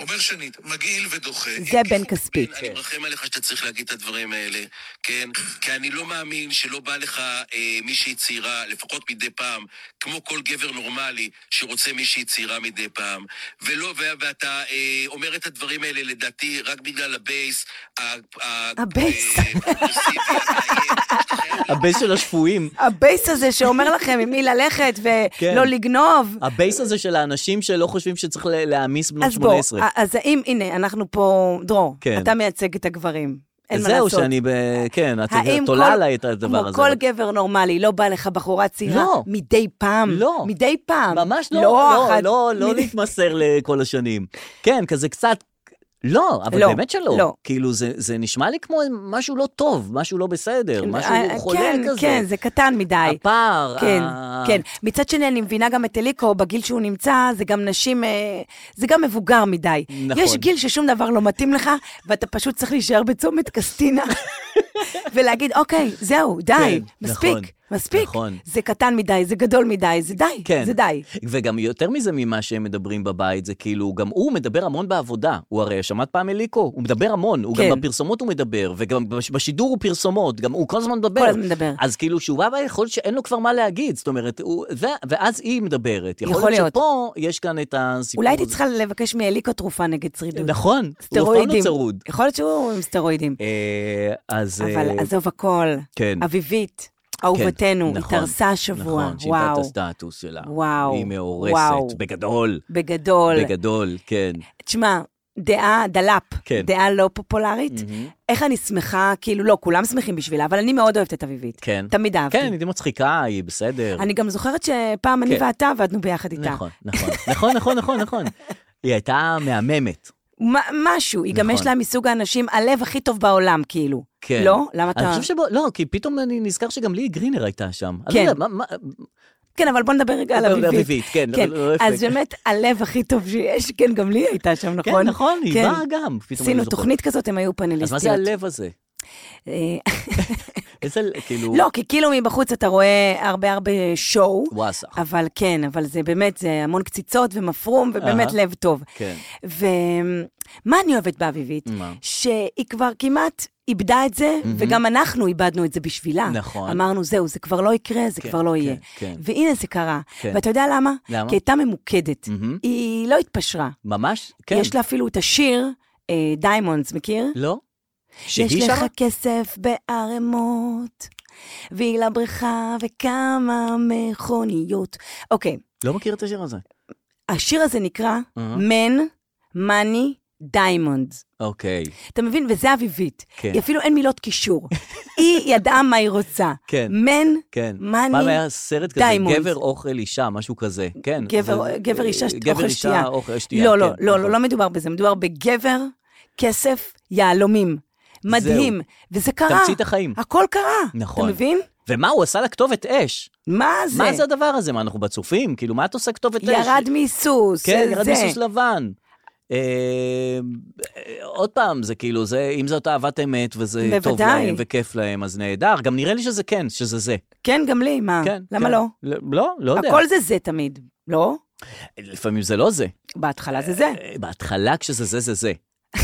Speaker 6: אומר שנית, מגעיל ודוחה. אם
Speaker 3: זה
Speaker 6: כי
Speaker 3: בן
Speaker 6: חוקי.
Speaker 3: כספית.
Speaker 7: אני מרחם עליך שאתה צריך להגיד את הדברים האלה, כן? כי אני לא מאמין שלא בא לך אה, מישהי צעירה, לפחות מדי פעם, כמו כל גבר נורמלי שרוצה מישהי צעירה מדי פעם. ולא, ו- ואתה אה, אומר את הדברים האלה, לדעתי, רק בגלל הבייס. ה- ה-
Speaker 3: הבייס.
Speaker 7: אה, הפרוגרסיבי, המאיים. שאתה חייב
Speaker 2: הבייס של השפויים.
Speaker 3: הבייס הזה שאומר לכם עם מי ללכת
Speaker 2: כן.
Speaker 3: ולא לגנוב.
Speaker 2: הבייס הזה של האנשים שלא חושבים שצריך ל- להעמיס בנות
Speaker 3: אז בוא, אה,
Speaker 2: 18.
Speaker 3: אז האם, הנה, אנחנו פה, דרור,
Speaker 2: כן.
Speaker 3: אתה מייצג את הגברים. אין מה
Speaker 2: זהו,
Speaker 3: לעשות.
Speaker 2: שאני ב... כן, את
Speaker 3: האם
Speaker 2: את עולה
Speaker 3: כל-
Speaker 2: עליי את הדבר הזה.
Speaker 3: כמו כל גבר נורמלי, לא בא לך בחורה צעירה
Speaker 2: לא.
Speaker 3: מדי פעם.
Speaker 2: לא.
Speaker 3: מדי פעם.
Speaker 2: ממש לא, לא,
Speaker 3: אחת-
Speaker 2: לא, לא
Speaker 3: מדי-
Speaker 2: להתמסר לכל השנים. כן, כזה קצת... לא, אבל
Speaker 3: לא,
Speaker 2: באמת שלא.
Speaker 3: לא.
Speaker 2: כאילו, זה, זה נשמע לי כמו משהו לא טוב, משהו לא בסדר, משהו
Speaker 3: אה,
Speaker 2: חולה
Speaker 3: כן,
Speaker 2: כזה.
Speaker 3: כן, זה קטן מדי.
Speaker 2: הפער.
Speaker 3: כן,
Speaker 2: ה...
Speaker 3: כן. מצד שני, אני מבינה גם את אליקו, בגיל שהוא נמצא, זה גם נשים, אה, זה גם מבוגר מדי.
Speaker 2: נכון.
Speaker 3: יש גיל ששום דבר לא מתאים לך, ואתה פשוט צריך להישאר בצומת קסטינה, ולהגיד, אוקיי, זהו, די,
Speaker 2: כן,
Speaker 3: מספיק,
Speaker 2: נכון,
Speaker 3: מספיק.
Speaker 2: נכון.
Speaker 3: זה קטן מדי, זה גדול מדי, זה די,
Speaker 2: כן.
Speaker 3: זה די.
Speaker 2: וגם יותר מזה ממה שהם מדברים בבית, זה כאילו, גם הוא מדבר המון בעבודה. הוא הרי, שמעת פעם אליקו? הוא מדבר המון, הוא
Speaker 3: כן.
Speaker 2: גם בפרסומות הוא מדבר, וגם בש- בשידור הוא פרסומות, גם הוא כל הזמן מדבר.
Speaker 3: כל הזמן מדבר.
Speaker 2: אז כאילו, כשהוא בא בבית, יכול להיות שאין לו כבר מה להגיד, זאת אומרת, הוא, ו, ואז היא מדברת. יכול,
Speaker 3: יכול להיות.
Speaker 2: שפה יש כאן את הסיפור
Speaker 3: אולי הייתי
Speaker 2: הזה.
Speaker 3: צריכה לבקש מאליקו תרופה נגד צרידות.
Speaker 2: נכון, הוא אף פעם
Speaker 3: סטרואידים.
Speaker 2: לא צרוד.
Speaker 3: יכול להיות שהוא עם סטרואידים.
Speaker 2: אה, אז...
Speaker 3: אבל
Speaker 2: אה,
Speaker 3: עזוב הכל.
Speaker 2: כן.
Speaker 3: אביבית, אהובתנו,
Speaker 2: כן, נכון,
Speaker 3: התארסה השבוע.
Speaker 2: נכון, שאיבדה את
Speaker 3: וואו.
Speaker 2: הסטטוס שלה.
Speaker 3: וואו,
Speaker 2: היא מאורסת,
Speaker 3: וואו.
Speaker 2: בגדול.
Speaker 3: בגדול.
Speaker 2: בגדול, כן.
Speaker 3: תשמע, דעה, דלאפ,
Speaker 2: כן.
Speaker 3: דעה לא פופולרית. איך אני שמחה, כאילו, לא, כולם שמחים בשבילה, אבל אני מאוד אוהבת את אביבית.
Speaker 2: כן.
Speaker 3: תמיד אהבתי.
Speaker 2: כן, היא מצחיקה, היא בסדר.
Speaker 3: אני גם זוכרת שפעם אני
Speaker 2: כן.
Speaker 3: ואתה עבדנו ביחד איתה.
Speaker 2: נכון, נכון, נכון, נכון, נכון, נכון. היא הייתה מהממת.
Speaker 3: מ- משהו, היא גם
Speaker 2: נכון.
Speaker 3: יש לה מסוג האנשים, הלב הכי טוב בעולם, כאילו.
Speaker 2: כן.
Speaker 3: לא? למה אתה...
Speaker 2: אני חושב שבו, לא, כי פתאום אני נזכר שגם ליהי גרינר הייתה שם. אני לא
Speaker 3: כן.
Speaker 2: יודע, מה- מה-
Speaker 3: כן, אבל בוא נדבר רגע על
Speaker 2: על
Speaker 3: אביבית.
Speaker 2: אביבית, כן, לא- לא
Speaker 3: אז
Speaker 2: הפק.
Speaker 3: באמת, הלב הכי טוב שיש, כן, גם לי הייתה שם,
Speaker 2: כן,
Speaker 3: נכון?
Speaker 2: נכון, היא
Speaker 3: כן.
Speaker 2: באה גם. פתאום אני
Speaker 3: עשינו
Speaker 2: זוכר.
Speaker 3: תוכנית כזאת, הם היו פאנליסטיות.
Speaker 2: אז מה זה הלב הזה?
Speaker 3: אה,
Speaker 2: איזה, כאילו...
Speaker 3: לא, כי כאילו מבחוץ אתה רואה הרבה הרבה שואו.
Speaker 2: וואסך.
Speaker 3: אבל כן, אבל זה באמת, זה המון קציצות ומפרום, ובאמת
Speaker 2: אהה.
Speaker 3: לב טוב.
Speaker 2: כן.
Speaker 3: ומה אני אוהבת באביבית?
Speaker 2: מה?
Speaker 3: שהיא כבר כמעט איבדה את זה, וגם אנחנו איבדנו את זה בשבילה.
Speaker 2: נכון.
Speaker 3: אמרנו, זהו, זה כבר לא יקרה, זה כבר לא
Speaker 2: כן,
Speaker 3: יהיה.
Speaker 2: כן.
Speaker 3: והנה זה קרה.
Speaker 2: כן.
Speaker 3: ואתה יודע למה?
Speaker 2: למה?
Speaker 3: כי הייתה ממוקדת. היא לא התפשרה.
Speaker 2: ממש? כן.
Speaker 3: יש לה אפילו את השיר, דיימונדס, מכיר?
Speaker 2: לא? שהיא
Speaker 3: יש לך
Speaker 2: שרה?
Speaker 3: כסף בערימות, והיא לבריכה וכמה מכוניות. אוקיי,
Speaker 2: לא מכיר את השיר הזה.
Speaker 3: השיר הזה נקרא Men, Money, Diamonds.
Speaker 2: אוקיי.
Speaker 3: אתה מבין? וזה אביבית.
Speaker 2: כן.
Speaker 3: היא אפילו אין מילות קישור. היא ידעה מה היא רוצה.
Speaker 2: כן.
Speaker 3: Men,
Speaker 2: כן. פעם היה
Speaker 3: money,
Speaker 2: סרט כזה,
Speaker 3: דיימונד.
Speaker 2: גבר אוכל אישה, משהו כזה. כן.
Speaker 3: גבר,
Speaker 2: זה- אה,
Speaker 3: גבר אישה ש-
Speaker 2: גבר
Speaker 3: אוכל שתייה.
Speaker 2: אישה אוכל שתייה.
Speaker 3: לא, לא,
Speaker 2: כן,
Speaker 3: לא,
Speaker 2: נכון.
Speaker 3: לא, לא מדובר בזה, מדובר בגבר, כסף, יהלומים. מדהים. וזה קרה.
Speaker 2: תמצית החיים.
Speaker 3: הכל קרה.
Speaker 2: נכון.
Speaker 3: אתה מבין?
Speaker 2: ומה הוא עשה לכתובת אש?
Speaker 3: מה זה?
Speaker 2: מה זה הדבר הזה? מה, אנחנו בצופים? כאילו, מה את עושה כתובת אש?
Speaker 3: ירד מסוס.
Speaker 2: כן, ירד
Speaker 3: זה-
Speaker 2: מסוס לבן. אה, אה, עוד פעם, זה כאילו, זה, אם זאת אהבת אמת, וזה טוב
Speaker 3: בוודאי.
Speaker 2: להם וכיף להם, אז נהדר. גם נראה לי שזה כן, שזה זה.
Speaker 3: כן, גם לי, מה?
Speaker 2: כן.
Speaker 3: למה
Speaker 2: כן.
Speaker 3: לא?
Speaker 2: לא, לא יודע.
Speaker 3: הכל זה זה תמיד, לא?
Speaker 2: לפעמים זה לא זה.
Speaker 3: בהתחלה זה זה,
Speaker 2: אה, בהתחלה כשזה זה, זה זה.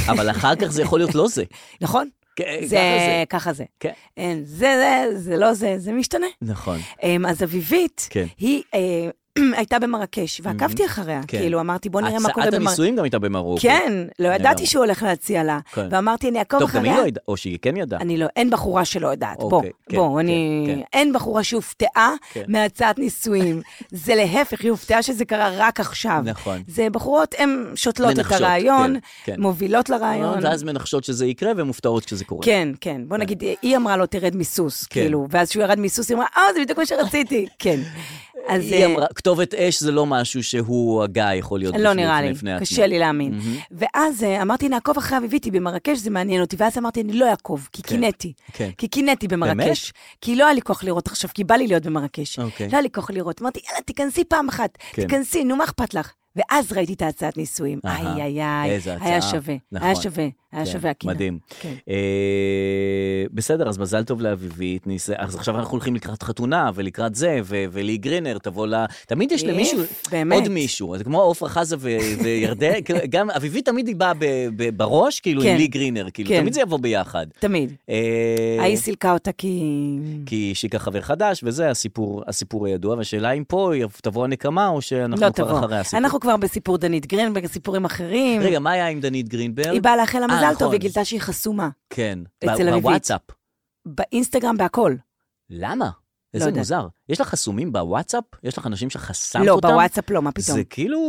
Speaker 2: אבל אחר כך זה יכול להיות לא זה.
Speaker 3: נכון?
Speaker 2: כן, ככה
Speaker 3: זה ככה זה.
Speaker 2: כן.
Speaker 3: אין, זה זה, זה לא זה, זה משתנה.
Speaker 2: נכון.
Speaker 3: אמ, אז אביבית,
Speaker 2: כן.
Speaker 3: היא אה, הייתה במרקש, ועקבתי אחריה.
Speaker 2: כן.
Speaker 3: כאילו, אמרתי, בוא נראה מה קורה
Speaker 2: הצעת
Speaker 3: במרקש.
Speaker 2: הנישואים גם הייתה במרוקו.
Speaker 3: כן, לא
Speaker 2: לגמרי.
Speaker 3: ידעתי שהוא הולך להציע לה.
Speaker 2: כן.
Speaker 3: ואמרתי, אני אעקוב
Speaker 2: טוב, גם היא
Speaker 3: אחריה.
Speaker 2: לא ידעה, או שהיא כן ידעה.
Speaker 3: אני לא, אין בחורה שלא יודעת. בוא,
Speaker 2: אוקיי, כן,
Speaker 3: בוא,
Speaker 2: כן,
Speaker 3: אני...
Speaker 2: כן.
Speaker 3: אין בחורה שהופתעה
Speaker 2: כן.
Speaker 3: מהצעת נישואים. זה להפך, היא הופתעה שזה קרה רק עכשיו.
Speaker 2: נכון.
Speaker 3: זה בחורות, הן שותלות את
Speaker 2: מנחשות,
Speaker 3: הרעיון,
Speaker 2: כן, כן.
Speaker 3: מובילות לרעיון.
Speaker 2: ואז מנחשות שזה יקרה, והן מופתעות כשזה קורה.
Speaker 3: כן, כן. בוא נגיד, היא אמרה לו, תרד מסוס,
Speaker 2: כן.
Speaker 3: כאילו. ואז כשהוא ירד מסוס, היא אמרה, אה, זה בדיוק מה שרציתי. כן. אז...
Speaker 2: היא
Speaker 3: אה,
Speaker 2: אמרה, כתובת אש זה לא משהו שהוא הגיא יכול להיות
Speaker 3: לא
Speaker 2: בפני-
Speaker 3: נראה
Speaker 2: בפני
Speaker 3: לי,
Speaker 2: עצמו.
Speaker 3: קשה לי להאמין. ואז אה, אמרתי, נעקוב אחרי אביבית, היא במרקש, זה מעניין אותי. ואז אמרתי, אני לא אעקוב, כי קינאתי.
Speaker 2: כן.
Speaker 3: כי קינאתי במרקש. כי לא היה לי כוח לראות עכשיו, כי בא לי להיות במרקש. לא
Speaker 2: אוקיי.
Speaker 3: היה לי כוח לראות. אמרתי, יאללה, תיכנסי פעם אחת.
Speaker 2: כן.
Speaker 3: תיכנסי, נו, מה אכפת לך? ואז ראיתי את ההצעת נישואים.
Speaker 2: אהה,
Speaker 3: איי, איי, איי.
Speaker 2: איזה הצעה.
Speaker 3: היה שווה, היה
Speaker 2: נכון.
Speaker 3: שווה, היה
Speaker 2: כן,
Speaker 3: שווה הקינא.
Speaker 2: מדהים.
Speaker 3: כן.
Speaker 2: אה, בסדר, אז מזל טוב לאביבית. ניס- אז עכשיו אנחנו הולכים לקראת חתונה, ולקראת זה, ו- ולי גרינר תבוא ל... תמיד יש
Speaker 3: איף,
Speaker 2: למישהו,
Speaker 3: באמת.
Speaker 2: עוד מישהו. זה כמו עפרה חזה ו- וירדן, כאילו, גם אביבית תמיד היא באה ב- ב- בראש, כאילו, עם
Speaker 3: כן.
Speaker 2: לי גרינר, כאילו,
Speaker 3: כן.
Speaker 2: תמיד זה יבוא ביחד.
Speaker 3: תמיד.
Speaker 2: אה,
Speaker 3: ההיא סילקה אותה כי...
Speaker 2: כי שיקה חבר חדש, וזה הסיפור, הסיפור הידוע, והשאלה אם פה תבוא הנקמה, או שאנחנו
Speaker 3: לא
Speaker 2: כבר
Speaker 3: תבוא.
Speaker 2: אחרי הסיפור.
Speaker 3: אנחנו כבר בסיפור דנית גרינברג, סיפורים אחרים.
Speaker 2: רגע, מה היה עם דנית גרינברג?
Speaker 3: היא באה לאחל לה
Speaker 2: אה,
Speaker 3: מזל טוב,
Speaker 2: נכון.
Speaker 3: היא גילתה שהיא חסומה.
Speaker 2: כן. ב-
Speaker 3: אצל אביבית.
Speaker 2: בוואטסאפ.
Speaker 3: באינסטגרם, בהכל.
Speaker 2: למה? איזה
Speaker 3: לא יודעת.
Speaker 2: מוזר. יש לך חסומים בוואטסאפ? יש לך אנשים שחסמת
Speaker 3: לא,
Speaker 2: אותם?
Speaker 3: בוואטסאפ לא, מה פתאום?
Speaker 2: זה כאילו,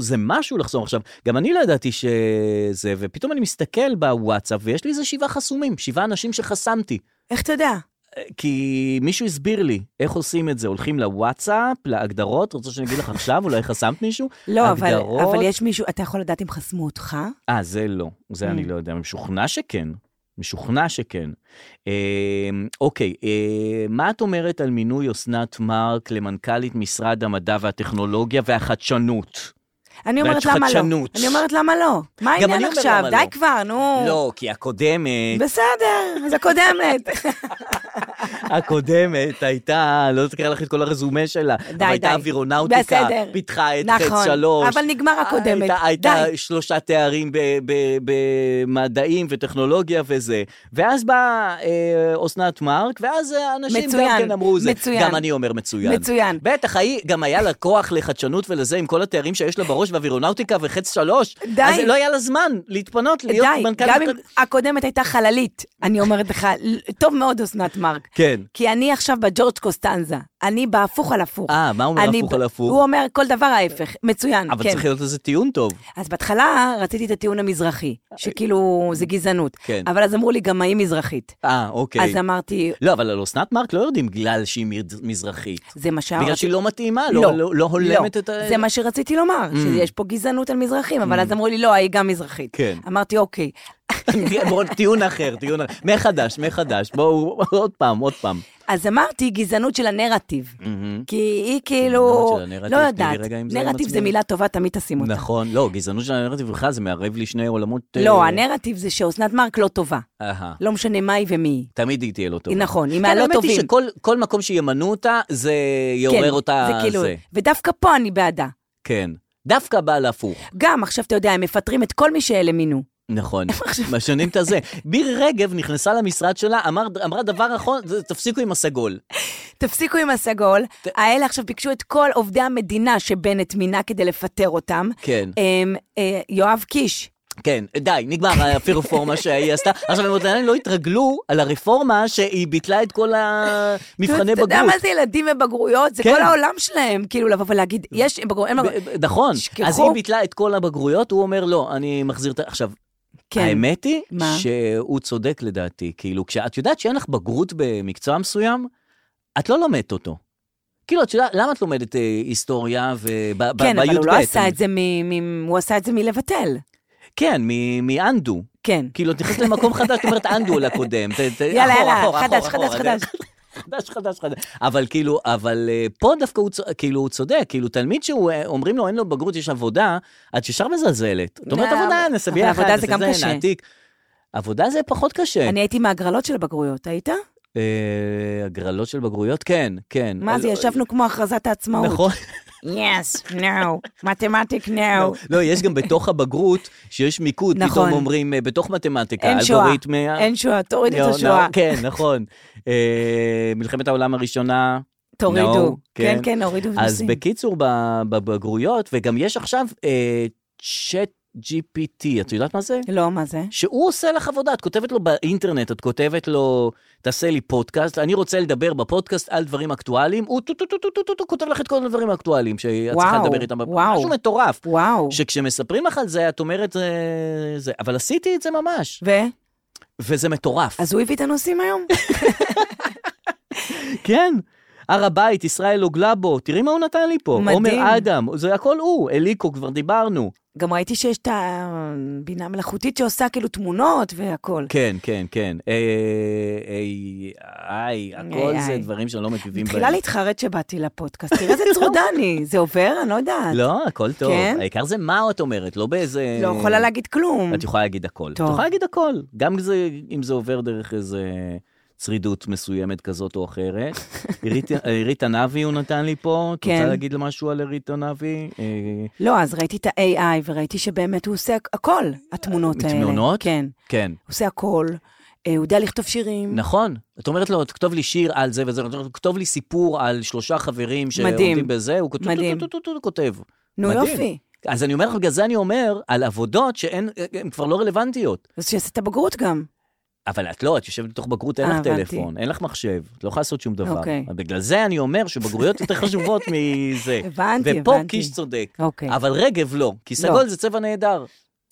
Speaker 2: זה משהו לחסום עכשיו. גם אני לא ידעתי שזה, ופתאום אני מסתכל בוואטסאפ, ויש לי איזה שבעה חסומים, שבעה אנשים שחסמתי.
Speaker 3: איך אתה יודע?
Speaker 2: כי מישהו הסביר לי איך עושים את זה, הולכים לוואטסאפ, להגדרות, רוצה שאני אגיד לך עכשיו, אולי חסמת מישהו?
Speaker 3: לא, אבל,
Speaker 2: הגדרות.
Speaker 3: אבל יש מישהו, אתה יכול לדעת אם חסמו אותך?
Speaker 2: אה, זה לא, זה אני לא יודע, אני משוכנע שכן, משוכנע שכן. אה, אוקיי, אה, מה את אומרת על מינוי אסנת מארק למנכ"לית משרד המדע והטכנולוגיה והחדשנות?
Speaker 3: אני אומרת
Speaker 2: ואת
Speaker 3: למה לא.
Speaker 2: חדשנות.
Speaker 3: אני אומרת למה לא. מה
Speaker 2: אני
Speaker 3: העניין
Speaker 2: אומר
Speaker 3: עכשיו?
Speaker 2: למה
Speaker 3: די
Speaker 2: לא.
Speaker 3: כבר, נו.
Speaker 2: לא, כי הקודמת,
Speaker 3: בסדר, אז הקודמת.
Speaker 2: הקודמת הייתה, לא אזכיר לך את כל הרזומה שלה, אבל
Speaker 3: די,
Speaker 2: הייתה
Speaker 3: די.
Speaker 2: אווירונאוטיקה,
Speaker 3: בסדר.
Speaker 2: פיתחה את חץ
Speaker 3: נכון,
Speaker 2: שלוש.
Speaker 3: אבל נגמר הקודמת.
Speaker 2: הייתה, הייתה
Speaker 3: די.
Speaker 2: שלושה תארים ב- ב- במדעים וטכנולוגיה וזה. ואז באה אה, אסנת מארק, ואז אה, אנשים גם
Speaker 3: מצוין,
Speaker 2: כן אמרו זה.
Speaker 3: מצוין.
Speaker 2: גם אני אומר מצוין.
Speaker 3: מצוין.
Speaker 2: בטח, היא, גם היה לה כוח לחדשנות ולזה, עם כל התארים שיש לה בראש, ואווירונאוטיקה וחץ שלוש.
Speaker 3: די.
Speaker 2: אז לא היה לה זמן להתפנות להיות
Speaker 3: די,
Speaker 2: מנכ"לית.
Speaker 3: גם אם הקודמת הייתה חללית, אני אומרת לך, ל- טוב מאוד אסנת מארק.
Speaker 2: כן.
Speaker 3: כי אני עכשיו בג'ורג' קוסטנזה, אני בהפוך על הפוך.
Speaker 2: אה, מה אומר
Speaker 3: אני
Speaker 2: הפוך
Speaker 3: ב-
Speaker 2: על הפוך?
Speaker 3: הוא אומר כל דבר ההפך, מצוין,
Speaker 2: אבל
Speaker 3: כן.
Speaker 2: צריך להיות לזה טיעון טוב.
Speaker 3: אז בהתחלה רציתי את הטיעון המזרחי, שכאילו זה גזענות.
Speaker 2: כן.
Speaker 3: אבל אז אמרו לי, גם האם מזרחית.
Speaker 2: אה, אוקיי.
Speaker 3: אז אמרתי,
Speaker 2: לא, אבל על אסנת מארק לא יודעים בגלל שהיא מז- מזרחית.
Speaker 3: זה מה שאמרתי.
Speaker 2: בגלל שהיא לא מתאימה, לא, לא, לא הולמת
Speaker 3: לא.
Speaker 2: את ה... Mm.
Speaker 3: זה מה שרציתי לומר, שיש פה גזענות על מזרחים, אבל אז אמרו לי, לא, היא גם מזרחית.
Speaker 2: כן.
Speaker 3: אמרתי, אוקיי.
Speaker 2: בוא, טיעון אחר, טיעון אחר. מחדש, מחדש. בואו, עוד פעם, עוד פעם.
Speaker 3: אז אמרתי, גזענות של הנרטיב. כי היא כאילו,
Speaker 2: Mm-hmm. גזענות של הנרטיב,
Speaker 3: לא
Speaker 2: תני לי
Speaker 3: יודעת,
Speaker 2: רגע עם זה עם
Speaker 3: נרטיב
Speaker 2: עצמי.
Speaker 3: זה מילה טובה, תמיד תשים אותה.
Speaker 2: נכון, לא, גזענות של הנרטיב בכלל, זה מערב לי שני עולמות...
Speaker 3: לא,
Speaker 2: אה,
Speaker 3: הנרטיב זה שאוסנת מארק לא טובה.
Speaker 2: אהה.
Speaker 3: לא משנה מה היא ומי היא.
Speaker 2: תמיד היא תהיה לא טובה.
Speaker 3: נכון, היא
Speaker 2: כן,
Speaker 3: מהלא
Speaker 2: האמת היא
Speaker 3: טובים.
Speaker 2: שכל כל מקום שימנו אותה, זה יעורר אותה...
Speaker 3: זה כאילו, ודווקא פה אני בעדה.
Speaker 2: כן. דווקא בעל הפוך.
Speaker 3: גם, עכשיו אתה יודע, הם מפטרים את כל מי שאלה מינו.
Speaker 2: נכון, משנים את הזה. מירי רגב נכנסה למשרד שלה, אמר, אמרה דבר אחרון, זה- תפסיקו עם הסגול.
Speaker 3: תפסיקו עם הסגול, האלה עכשיו ביקשו את כל עובדי המדינה שבנט מינה כדי לפטר אותם.
Speaker 2: כן.
Speaker 3: אמ, אה, יואב קיש.
Speaker 2: כן, די, נגמר הרפורמה שהיא עשתה. עכשיו, הם עוד עדיין לא התרגלו על הרפורמה שהיא ביטלה את כל המבחני
Speaker 3: אתה
Speaker 2: בגרות.
Speaker 3: יודע מה זה ילדים ובגרויות? זה
Speaker 2: כן.
Speaker 3: כל העולם שלהם, כאילו לבוא ולהגיד, יש בגרויות, אין בגרויות.
Speaker 2: ב- ב- נכון,
Speaker 3: שכחו.
Speaker 2: אז היא ביטלה את כל הבגרויות, הוא אומר, לא, אני מחזיר את ה... עכשיו,
Speaker 3: כן.
Speaker 2: האמת היא
Speaker 3: מה?
Speaker 2: שהוא צודק לדעתי. כאילו, כשאת יודעת שאין לך בגרות במקצוע מסוים, את לא לומדת אותו. כאילו, את יודעת, למה את לומדת אה, היסטוריה וב- ב-
Speaker 3: כן, אבל הוא
Speaker 2: בי"ב?
Speaker 3: לא עשה את זה מ... מ- הוא עשה את זה מלבטל.
Speaker 2: כן, מ- מאנדו.
Speaker 3: כן.
Speaker 2: כאילו, את נכנסת למקום חדש, את אומרת אנדו לקודם. ת- ת-
Speaker 3: יאללה,
Speaker 2: אחורה,
Speaker 3: יאללה,
Speaker 2: אחורה,
Speaker 3: חדש,
Speaker 2: אחורה,
Speaker 3: חדש,
Speaker 2: אחורה.
Speaker 3: חדש.
Speaker 2: חדש, חדש, חדש. אבל כאילו, אבל אה, פה דווקא הוא, צ- כאילו, הוא צודק, כאילו, תלמיד שהוא, אה, אומרים לו, אין לו בגרות, יש עבודה, את ישר מזלזלת. את אומרת,
Speaker 3: לא,
Speaker 2: עבודה, נעשה
Speaker 3: אבל
Speaker 2: ביחד,
Speaker 3: עבודה זה
Speaker 2: נעשה
Speaker 3: גם קשה.
Speaker 2: נעתיק. עבודה זה פחות קשה.
Speaker 3: אני הייתי מהגרלות של הבגרויות, היית?
Speaker 2: אה, הגרלות של בגרויות, כן, כן.
Speaker 3: מה זה,
Speaker 2: לא-
Speaker 3: ישבנו כמו הכרזת העצמאות.
Speaker 2: נכון.
Speaker 3: Yes, no, מתמטיק, no.
Speaker 2: לא, יש גם בתוך הבגרות, שיש מיקוד, פתאום
Speaker 3: נכון.
Speaker 2: אומרים, אה, בתוך מתמטיקה,
Speaker 3: אין שואה,
Speaker 2: אלגוריתמי-
Speaker 3: אין שואה, תורידו
Speaker 2: לא,
Speaker 3: את
Speaker 2: לא,
Speaker 3: השואה.
Speaker 2: כן, נכון. אה, מלחמת העולם הראשונה.
Speaker 3: תורידו.
Speaker 2: no,
Speaker 3: כן, כן, הורידו
Speaker 2: אז
Speaker 3: ונוסעים.
Speaker 2: בקיצור, ב- בבגרויות, וגם יש עכשיו אה, צ'אט GPT, את יודעת מה זה?
Speaker 3: לא, מה זה?
Speaker 2: שהוא עושה לך עבודה, את כותבת לו באינטרנט, את כותבת לו, תעשה לי פודקאסט, אני רוצה לדבר בפודקאסט על דברים אקטואליים, הוא טו טו טו טו טו טו טו כותב לך את כל הדברים האקטואליים שאת צריכה
Speaker 3: וואו,
Speaker 2: לדבר איתם, בפ-
Speaker 3: וואו.
Speaker 2: משהו מטורף,
Speaker 3: וואו.
Speaker 2: שכשמספרים לך על זה, את אומרת, "אה, זה, אבל עשיתי את זה ממש,
Speaker 3: ו?
Speaker 2: וזה מטורף.
Speaker 3: אז הוא הביא את הנושאים היום?
Speaker 2: כן. הר הבית, ישראל אוגלבו, תראי מה הוא נתן לי פה.
Speaker 3: מדהים.
Speaker 2: עומר אדם, זה הכל הוא, אליקו, כבר דיברנו.
Speaker 3: גם ראיתי שיש את הבינה המלאכותית שעושה כאילו תמונות והכול.
Speaker 2: כן, כן, כן. איי, איי, איי, הכל
Speaker 3: איי,
Speaker 2: זה
Speaker 3: איי.
Speaker 2: דברים שלא מגיבים
Speaker 3: מתחילה להתחרט שבאתי לפודקאסט, תראה איזה צרודה אני, זה עובר? אני לא יודעת.
Speaker 2: לא, הכל טוב.
Speaker 3: כן?
Speaker 2: העיקר זה מה את אומרת, לא באיזה...
Speaker 3: לא יכולה להגיד כלום.
Speaker 2: את יכולה להגיד הכל. את
Speaker 3: טוב.
Speaker 2: יכולה להגיד הכל. גם זה- אם זה עובר דרך איזה צרידות מסוימת כזאת או אחרת. עירית- עירית הנבי הוא נתן לי פה. את רוצה
Speaker 3: כן.
Speaker 2: להגיד משהו על עירית הנבי? אה,
Speaker 3: לא, אז ראיתי את ה-AI וראיתי שבאמת הוא עושה הכל, התמונות האלה.
Speaker 2: אה, מתמונות?
Speaker 3: כן.
Speaker 2: כן.
Speaker 3: הוא עושה הכל, אה, הוא יודע לכתוב שירים.
Speaker 2: נכון. את אומרת לו, תכתוב לי שיר על זה וזה, כתוב לי סיפור על שלושה חברים שעומדים
Speaker 3: מדהים.
Speaker 2: בזה, הוא כותב,
Speaker 3: מדהים.
Speaker 2: טו, טו, טו, טו, כותב.
Speaker 3: נו
Speaker 2: מדהים.
Speaker 3: יופי,
Speaker 2: אז אני אומר לך, בגלל זה אני אומר, על עבודות שהן הן כבר לא רלוונטיות.
Speaker 3: אז שיעשה את הבגרות גם.
Speaker 2: אבל את לא, את יושבת בתוך בגרות, אין
Speaker 3: אה,
Speaker 2: לך
Speaker 3: הבנתי.
Speaker 2: טלפון, אין לך מחשב, את לא יכולה לעשות שום דבר.
Speaker 3: אוקיי.
Speaker 2: בגלל זה אני אומר שבגרויות יותר חשובות מזה.
Speaker 3: הבנתי,
Speaker 2: ופה
Speaker 3: הבנתי.
Speaker 2: קיש צודק.
Speaker 3: אוקיי.
Speaker 2: אבל רגב לא, כי סגול זה צבע נהדר.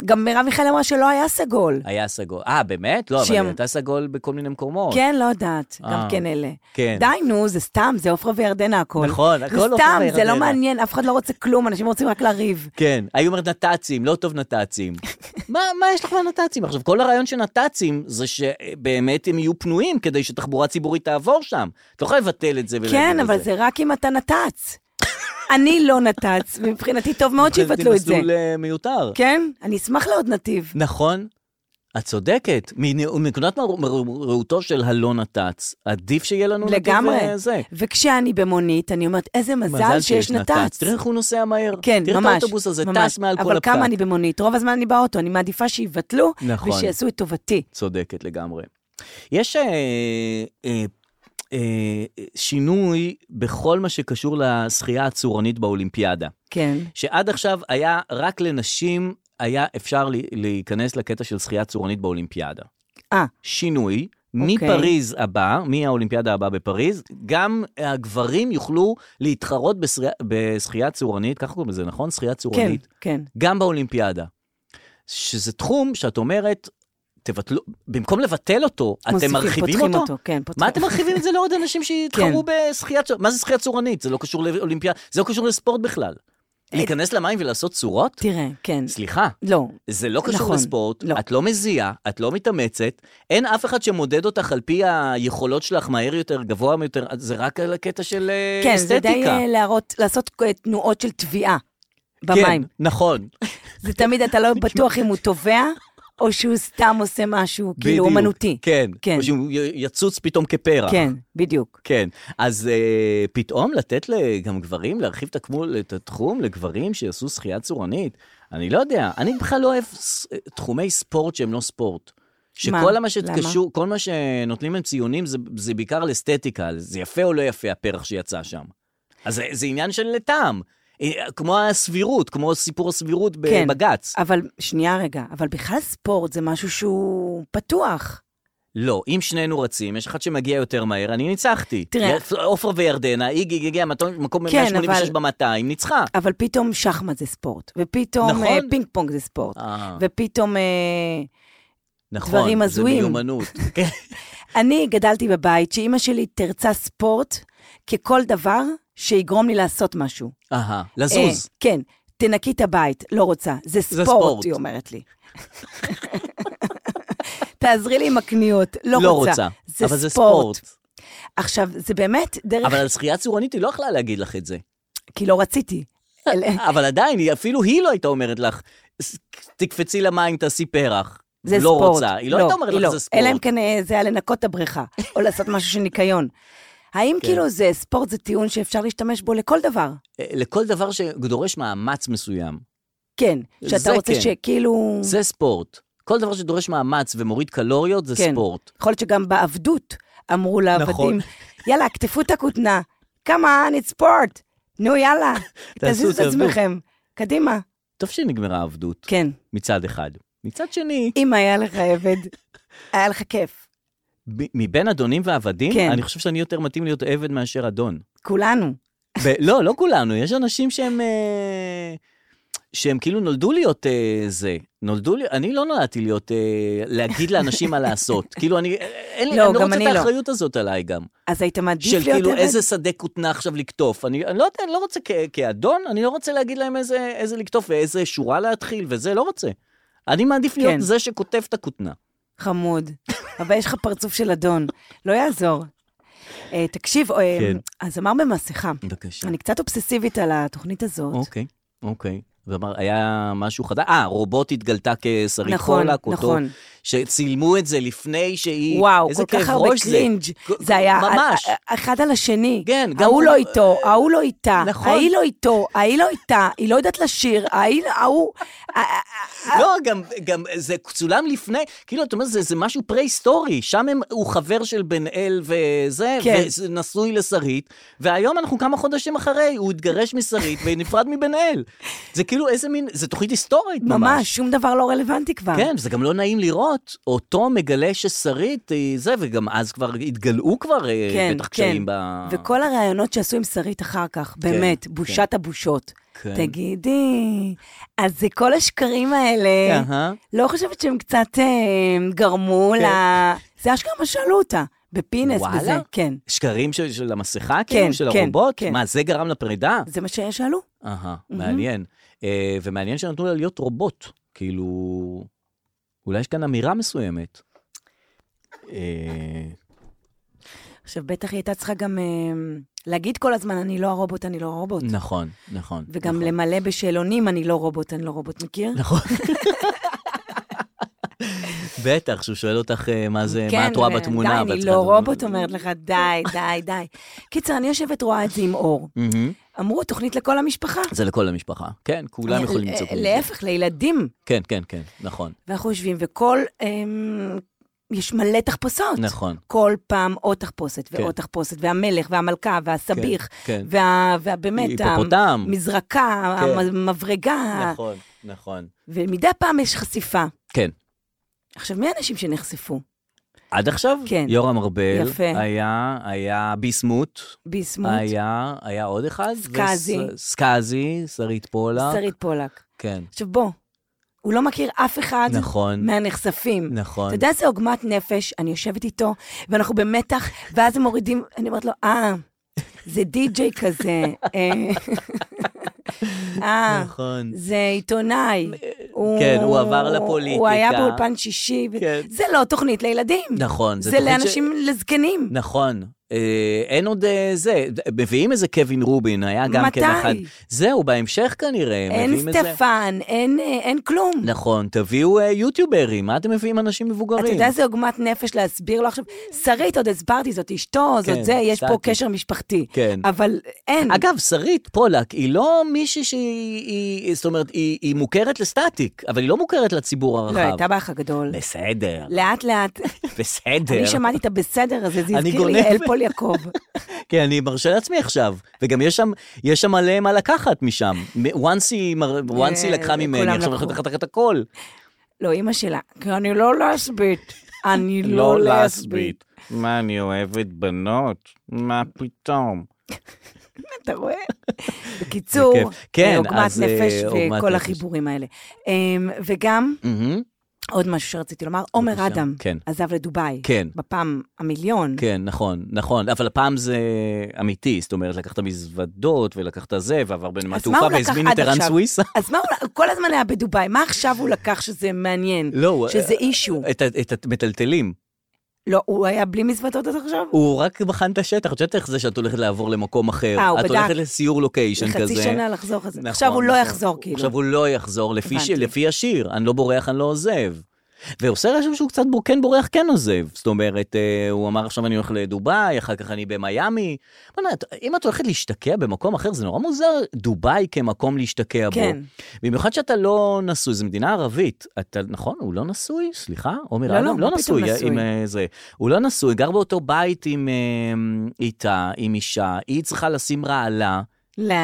Speaker 3: גם מרב מיכאל אמרה שלא היה סגול.
Speaker 2: היה סגול. אה, באמת? לא, אבל
Speaker 3: שהיא
Speaker 2: היא
Speaker 3: אמ-
Speaker 2: הייתה סגול בכל מיני מקומות.
Speaker 3: כן, לא יודעת, גם
Speaker 2: אה,
Speaker 3: כן אלה.
Speaker 2: כן.
Speaker 3: די, נו, זה סתם, זה עופרה וירדנה הכל.
Speaker 2: נכון, הכל עופרה
Speaker 3: זה סתם, זה
Speaker 2: וירדנה.
Speaker 3: לא מעניין, אף אחד לא רוצה כלום, אנשים רוצים רק לריב.
Speaker 2: כן, היו אומרת נת"צים, לא טוב נת"צים. מה, מה יש לך מהנת"צים? עכשיו, כל הרעיון של נת"צים זה שבאמת הם יהיו פנויים כדי שתחבורה ציבורית תעבור שם. את לא יכולה לבטל את זה ולהגיד
Speaker 3: כן,
Speaker 2: את
Speaker 3: אבל
Speaker 2: זה.
Speaker 3: זה רק אם אתה נת"צ. אני לא נת"צ, ומבחינתי טוב מאוד שיבטלו את זה.
Speaker 2: מסלול אה, מיותר.
Speaker 3: כן? אני אשמח לעוד נתיב.
Speaker 2: נכון, את צודקת. מנ- מנקודת מר- מר- ראותו של הלא נת"צ, עדיף שיהיה לנו נתיב
Speaker 3: לגמרי.
Speaker 2: אה, זה.
Speaker 3: וכשאני במונית, אני אומרת, איזה מזל שיש נת"צ.
Speaker 2: תראה איך הוא נוסע מהר.
Speaker 3: כן,
Speaker 2: תראה
Speaker 3: ממש.
Speaker 2: תראה את האוטובוס הזה
Speaker 3: ממש.
Speaker 2: טס מעל כל
Speaker 3: אבל
Speaker 2: הפקק.
Speaker 3: כמה אני במונית? רוב הזמן אני באוטו, אני מעדיפה שיבטלו,
Speaker 2: נכון.
Speaker 3: ושיעשו את טובתי.
Speaker 2: צודקת לגמרי. יש אה, אה, אה, שינוי בכל מה שקשור לשחייה הצורנית באולימפיאדה,
Speaker 3: כן.
Speaker 2: שעד עכשיו היה רק לנשים, היה אפשר לי- להיכנס לקטע של שחייה צורנית באולימפיאדה.
Speaker 3: אה,
Speaker 2: שינוי.
Speaker 3: אוקיי.
Speaker 2: מפריז הבא, מהאולימפיאדה הבאה בפריז, גם הגברים יוכלו להתחרות בשחייה, בשחייה צורנית, ככה קוראים לזה, נכון? שחייה
Speaker 3: כן,
Speaker 2: צורנית.
Speaker 3: כן.
Speaker 2: גם באולימפיאדה. שזה תחום שאת אומרת, תבטלו, במקום לבטל אותו, אתם
Speaker 3: מוסיפים,
Speaker 2: מרחיבים
Speaker 3: פותחים
Speaker 2: אותו?
Speaker 3: אותו? כן, פותחים. כן.
Speaker 2: מה אתם מרחיבים את זה לעוד אנשים שיתחרו בשחייה צורנית? מה זה שחייה צורנית? זה לא קשור לאולימפיאדה, זה לא קשור לספורט בכלל.
Speaker 3: אה,
Speaker 2: להיכנס למים ולעשות צורות?
Speaker 3: תראה, כן.
Speaker 2: סליחה.
Speaker 3: לא.
Speaker 2: זה לא קשור
Speaker 3: נכון,
Speaker 2: לספורט,
Speaker 3: לא.
Speaker 2: את לא מזיעה, את לא מתאמצת, אין אף אחד שמודד אותך על פי היכולות שלך מהר יותר, גבוה יותר, זה רק על הקטע של אה,
Speaker 3: כן, זה
Speaker 2: אסתטיקה.
Speaker 3: די אה, להראות, לעשות אה, תנועות של טביעה
Speaker 2: כן,
Speaker 3: במים.
Speaker 2: נכון.
Speaker 3: זה תמיד, אתה לא בטוח אם הוא טובע, או שהוא סתם עושה משהו, כאילו,
Speaker 2: בדיוק,
Speaker 3: אומנותי.
Speaker 2: כן,
Speaker 3: כן.
Speaker 2: או שהוא י- יצוץ פתאום כפרח.
Speaker 3: כן, בדיוק.
Speaker 2: כן, אז אה, פתאום לתת ל- גם גברים, להרחיב את, הכמול, את התחום לגברים שיעשו שחייה צורנית? אני לא יודע, אני בכלל לא אוהב ס- תחומי ספורט שהם לא ספורט. שכל
Speaker 3: מה?
Speaker 2: מה שתקשור, כל מה שנותנים להם ציונים זה, זה בעיקר על אסתטיקה, על זה יפה או לא יפה הפרח שיצא שם. אז זה, זה עניין של טעם, אה, כמו הסבירות, כמו סיפור הסבירות
Speaker 3: כן.
Speaker 2: בבג"ץ.
Speaker 3: אבל, שנייה רגע, אבל בכלל ספורט זה משהו שהוא פתוח.
Speaker 2: לא, אם שנינו רצים, יש אחד שמגיע יותר מהר, אני ניצחתי. לא,
Speaker 3: תראה-
Speaker 2: עופרה וירדנה, איגי הגיעה מקום
Speaker 3: כן,
Speaker 2: 186
Speaker 3: אבל-
Speaker 2: ב-200, ניצחה.
Speaker 3: אבל פתאום שחמט זה ספורט, ופתאום
Speaker 2: נכון.
Speaker 3: אה, פינג פונג זה ספורט,
Speaker 2: אה,
Speaker 3: ופתאום... אה,
Speaker 2: נכון,
Speaker 3: דברים הזויים.
Speaker 2: זה מיומנות. כן.
Speaker 3: אני גדלתי בבית שאימא שלי תרצה ספורט ככל דבר שיגרום לי לעשות משהו.
Speaker 2: אהה,
Speaker 3: אה,
Speaker 2: לזוז.
Speaker 3: כן, תנקי את הבית, לא רוצה. זה ספורט,
Speaker 2: ספורט.
Speaker 3: היא אומרת לי. תעזרי לי עם הקניות, לא,
Speaker 2: לא רוצה.
Speaker 3: זה
Speaker 2: אבל
Speaker 3: ספורט. אה.
Speaker 2: זה ספורט.
Speaker 3: עכשיו, זה באמת דרך,
Speaker 2: אבל על שחייה צורנית היא לא יכלה להגיד לך את זה.
Speaker 3: כי לא רציתי. אלה-
Speaker 2: אבל עדיין, היא- אפילו היא לא הייתה אומרת לך, "ס- תקפצי למים, תעשי פרח.
Speaker 3: זה
Speaker 2: לא
Speaker 3: ספורט.
Speaker 2: רוצה. היא לא הייתה אומרת
Speaker 3: היא
Speaker 2: לך,
Speaker 3: לא.
Speaker 2: זה ספורט.
Speaker 3: אלא אם כן אה, זה היה לנקות את הבריכה, או לעשות משהו של ניקיון. האם
Speaker 2: כן.
Speaker 3: כאילו זה ספורט, זה טיעון שאפשר להשתמש בו לכל דבר?
Speaker 2: אה, לכל דבר שדורש מאמץ מסוים.
Speaker 3: כן. שאתה
Speaker 2: זה
Speaker 3: רוצה
Speaker 2: כן.
Speaker 3: שכאילו...
Speaker 2: זה ספורט. כל דבר שדורש מאמץ ומוריד קלוריות זה
Speaker 3: כן.
Speaker 2: ספורט.
Speaker 3: יכול להיות שגם בעבדות אמרו לעבדים,
Speaker 2: נכון.
Speaker 3: יאללה, כתפו את הכותנה, כמה, it's sport, נו יאללה, תזיזו את
Speaker 2: תעבדו.
Speaker 3: עצמכם, קדימה.
Speaker 2: טוב שנגמרה העבדות,
Speaker 3: כן,
Speaker 2: מצד אחד. מצד שני,
Speaker 3: אם היה לך עבד, היה לך כיף,
Speaker 2: ב- מבין אדונים ועבדים,
Speaker 3: כן.
Speaker 2: אני חושב שאני יותר מתאים להיות עבד מאשר אדון.
Speaker 3: כולנו.
Speaker 2: ב- לא, לא כולנו, יש אנשים שהם... אה, שהם כאילו נולדו להיות אה, זה, נולדו לי, אני לא נולדתי להיות, אה, להגיד לאנשים מה לעשות. כאילו, אני, אין לי,
Speaker 3: לא,
Speaker 2: אני לא
Speaker 3: גם
Speaker 2: רוצה
Speaker 3: אני
Speaker 2: את
Speaker 3: לא.
Speaker 2: האחריות הזאת עליי גם.
Speaker 3: אז היית מעדיף
Speaker 2: של
Speaker 3: להיות עבד?
Speaker 2: כאילו איזה שדה כותנה עכשיו לקטוף. אני, אני לא יודע, אני לא רוצה כ- כאדון, אני לא רוצה להגיד להם איזה, איזה לקטוף ואיזה שורה להתחיל וזה, לא רוצה. אני מעדיף להיות
Speaker 3: כן.
Speaker 2: זה שכותב את הכותנה.
Speaker 3: חמוד, אבל יש לך פרצוף של אדון, לא יעזור. אה, תקשיב, אה,
Speaker 2: כן.
Speaker 3: הזמר במסכה,
Speaker 2: בבקשה.
Speaker 3: אני קצת אובססיבית על התוכנית הזאת.
Speaker 2: אוקיי, אוקיי. ואמר, היה משהו חדש, אה, רובוט התגלתה כשרית
Speaker 3: נכון,
Speaker 2: פולק, אותו,
Speaker 3: נכון.
Speaker 2: שצילמו את זה לפני שהיא...
Speaker 3: וואו,
Speaker 2: איזה
Speaker 3: כל כך
Speaker 2: כאב
Speaker 3: הרבה
Speaker 2: ראש
Speaker 3: קרינג'.
Speaker 2: כל-
Speaker 3: זה היה אה, על-
Speaker 2: ממש.
Speaker 3: א- אחד על השני.
Speaker 2: כן, גם
Speaker 3: ההוא
Speaker 2: הוא-
Speaker 3: לא איתו, ההוא לא איתה,
Speaker 2: נכון.
Speaker 3: ההיא לא איתו, ההיא לא איתה, היא לא יודעת לשיר, ההיא, לא- ההוא... אה, א- א- א-
Speaker 2: לא, גם, גם זה צולם לפני, כאילו, אתה אומר, זה, זה משהו פרה-היסטורי, שם הם, הוא חבר של בן אל וזה,
Speaker 3: כן.
Speaker 2: ונשוי לשרית, והיום אנחנו כמה חודשים אחרי, הוא התגרש משרית ונפרד מבן אל. זה כאילו איזה מין, זה תוכנית היסטורית ממש.
Speaker 3: ממש, שום דבר לא רלוונטי כבר.
Speaker 2: כן, זה גם לא נעים לראות. אותו מגלה ששרית היא זה, וגם אז כבר התגלעו כבר אה,
Speaker 3: כן,
Speaker 2: בטח
Speaker 3: כן.
Speaker 2: קשיים ב...
Speaker 3: וכל הראיונות שעשו עם שרית אחר כך, באמת, בושת הבושות.
Speaker 2: כן.
Speaker 3: תגידי, אז זה כל השקרים האלה,
Speaker 2: אהה. כן.
Speaker 3: לא חושבת שהם קצת אה, גרמו ל... זה אשכרה מה שאלו אותה, בפינס,
Speaker 2: וואלה?
Speaker 3: בזה, כן.
Speaker 2: שקרים של, של המסכה,
Speaker 3: כן,
Speaker 2: כאילו, של
Speaker 3: כן,
Speaker 2: הרובוט?
Speaker 3: כן.
Speaker 2: מה, זה גרם לפרידה?
Speaker 3: זה מה ששאלו?
Speaker 2: אהה, מעניין. אה, ומעניין שנתנו לה להיות רובוט, כאילו... אולי יש כאן אמירה מסוימת. אה,
Speaker 3: עכשיו, בטח היא הייתה צריכה גם אה, להגיד כל הזמן, אני לא הרובוט, אני לא הרובוט.
Speaker 2: נכון, נכון.
Speaker 3: וגם
Speaker 2: נכון.
Speaker 3: למלא בשאלונים, אני לא רובוט, אני לא רובוט, מכיר?
Speaker 2: נכון. בטח, שהוא שואל אותך אה, מה זה, מה את רואה
Speaker 3: ו-
Speaker 2: בתמונה. ואת
Speaker 3: כן, די, אני
Speaker 2: צריכה-
Speaker 3: לא רובוט אומרת לך, די, די, די. קיצר, אני יושבת רואה את זה עם אור.
Speaker 2: מהמם.
Speaker 3: אמרו, תוכנית לכל המשפחה.
Speaker 2: זה לכל המשפחה. כן, כולם יכולים למצוא כל מיני.
Speaker 3: אה, להפך, לילדים.
Speaker 2: כן, כן, כן, נכון.
Speaker 3: ואנחנו יושבים, וכל... אמ, יש מלא תחפושות.
Speaker 2: נכון.
Speaker 3: כל פעם עוד תחפושת
Speaker 2: כן.
Speaker 3: ועוד תחפושת, והמלך והמלכה והסביך,
Speaker 2: כן.
Speaker 3: וה- והבאמת,
Speaker 2: היפופוטם.
Speaker 3: המזרקה,
Speaker 2: כן.
Speaker 3: המברגה,
Speaker 2: נכון, נכון.
Speaker 3: ומדי פעם יש חשיפה.
Speaker 2: כן.
Speaker 3: עכשיו, מי האנשים שנחשפו?
Speaker 2: עד עכשיו?
Speaker 3: כן.
Speaker 2: יורם ארבל.
Speaker 3: יפה.
Speaker 2: היה, היה ביסמוט.
Speaker 3: ביסמוט,
Speaker 2: היה, היה עוד אחד.
Speaker 3: סקאזי.
Speaker 2: וס- סקאזי, שרית פולק.
Speaker 3: שרית פולק.
Speaker 2: כן.
Speaker 3: עכשיו, בוא, הוא לא מכיר אף אחד
Speaker 2: נכון.
Speaker 3: מהנחשפים.
Speaker 2: נכון.
Speaker 3: אתה יודע איזה עוגמת נפש, אני יושבת איתו, ואנחנו במתח, ואז הם מורידים, אני אומרת לו, אה, זה די-ג'יי כזה. אה, אה,
Speaker 2: נכון.
Speaker 3: זה עיתונאי.
Speaker 2: כן, הוא עבר לפוליטיקה.
Speaker 3: הוא היה באולפן שישי. ו-
Speaker 2: כן.
Speaker 3: זה לא תוכנית לילדים.
Speaker 2: נכון, זה
Speaker 3: זה
Speaker 2: תוכנית ש-
Speaker 3: לאנשים, לזקנים.
Speaker 2: נכון. אה, אין עוד אה, זה, מביאים איזה קווין רובין, היה גם כן
Speaker 3: מתי?
Speaker 2: אחד. זהו, בהמשך כנראה,
Speaker 3: אין
Speaker 2: מביאים איזה...
Speaker 3: סטפן, אין אה, אין כלום.
Speaker 2: נכון, תביאו אה, יוטיוברים, מה אתם מביאים אנשים מבוגרים?
Speaker 3: אתה יודע איזה עוגמת נפש להסביר לו עכשיו? שרית, עוד הסברתי, זאת אשתו,
Speaker 2: כן,
Speaker 3: זאת זה, יש פה
Speaker 2: סטטי.
Speaker 3: קשר משפחתי.
Speaker 2: כן.
Speaker 3: אבל אין.
Speaker 2: אגב, שרית פולק היא לא מישהי שהיא, היא- זאת אומרת, היא, היא מוכרת לסטטיק, אבל היא לא מוכרת לציבור הרחב.
Speaker 3: לא, הייתה באח הגדול.
Speaker 2: בסדר,
Speaker 3: לאט לאט.
Speaker 2: בסדר.
Speaker 3: אני שמעתי את הבסדר הזה, זה
Speaker 2: אני
Speaker 3: הזכיר לי
Speaker 2: גונב.
Speaker 3: אלפול יעקב.
Speaker 2: כן, אני מרשה לעצמי עכשיו. וגם יש שם, יש שם מלא מה לקחת משם. מ- once היא, מר- once היא
Speaker 3: אה,
Speaker 2: לקחה ממני,
Speaker 3: כולם
Speaker 2: עכשיו
Speaker 3: לקחו.
Speaker 2: היא לקחה את הכל.
Speaker 3: לא, אימא שלה, כי אני לא לסבית. אני לא לסבית.
Speaker 2: מה, אני אוהבת בנות? מה פתאום?
Speaker 3: אתה רואה? בקיצור,
Speaker 2: בכיף. כן,
Speaker 3: אה, עוגמת
Speaker 2: אז, אה,
Speaker 3: נפש
Speaker 2: עוגמת
Speaker 3: וכל
Speaker 2: נפש.
Speaker 3: החיבורים האלה. אמ, וגם,
Speaker 2: מהמם.
Speaker 3: עוד משהו שרציתי לומר, עומר
Speaker 2: בבקשה.
Speaker 3: אדם
Speaker 2: כן.
Speaker 3: עזב לדובאי.
Speaker 2: כן.
Speaker 3: בפעם המיליון.
Speaker 2: כן, נכון, נכון, אבל הפעם זה אמיתי, זאת אומרת, לקחת מזוודות ולקחת זה, ועבר בנמל
Speaker 3: אז מה
Speaker 2: תעופה
Speaker 3: הוא לקח
Speaker 2: והזמין
Speaker 3: עד
Speaker 2: את ערן
Speaker 3: עכשיו?
Speaker 2: סוויסה.
Speaker 3: אז מה הוא, הוא כל הזמן היה בדובאי, מה עכשיו הוא לקח שזה מעניין?
Speaker 2: לא, הוא-
Speaker 3: שזה אישו.
Speaker 2: את ה- את המטלטלים.
Speaker 3: לא, הוא היה בלי מזוודות עד עכשיו?
Speaker 2: הוא רק בחן את השטח, את יודעת איך זה שאת הולכת לעבור למקום אחר.
Speaker 3: אה, הוא
Speaker 2: את
Speaker 3: בדק.
Speaker 2: הולכת לסיור לוקיישן כזה.
Speaker 3: חצי שנה לחזור כזה.
Speaker 2: נכון,
Speaker 3: עכשיו הוא לא
Speaker 2: נכון.
Speaker 3: יחזור, כאילו.
Speaker 2: עכשיו הוא לא יחזור, לפי ש-
Speaker 3: הבנתי.
Speaker 2: לפי השיר, אני לא בורח, אני לא עוזב. ועושה רשם שהוא קצת בור- כן בורח, כן עוזב. זאת אומרת, אה, הוא אמר עכשיו אני הולך לדובאי, אחר כך אני במיאמי. בוא'נה, את- אם את הולכת להשתקע במקום אחר, זה נורא מוזר, דובאי כמקום להשתקע בו.
Speaker 3: כן.
Speaker 2: במיוחד שאתה לא נשוי, זו מדינה ערבית. אתה, נכון, הוא לא נשוי? סליחה? עומר
Speaker 3: לא, לא,
Speaker 2: אדם
Speaker 3: מה
Speaker 2: לא
Speaker 3: פתאום
Speaker 2: נשוי.
Speaker 3: נשוי?
Speaker 2: עם, אה, זה. הוא לא נשוי, גר באותו בית עם אה, איתה, עם אישה, היא צריכה לשים רעלה.
Speaker 3: לא,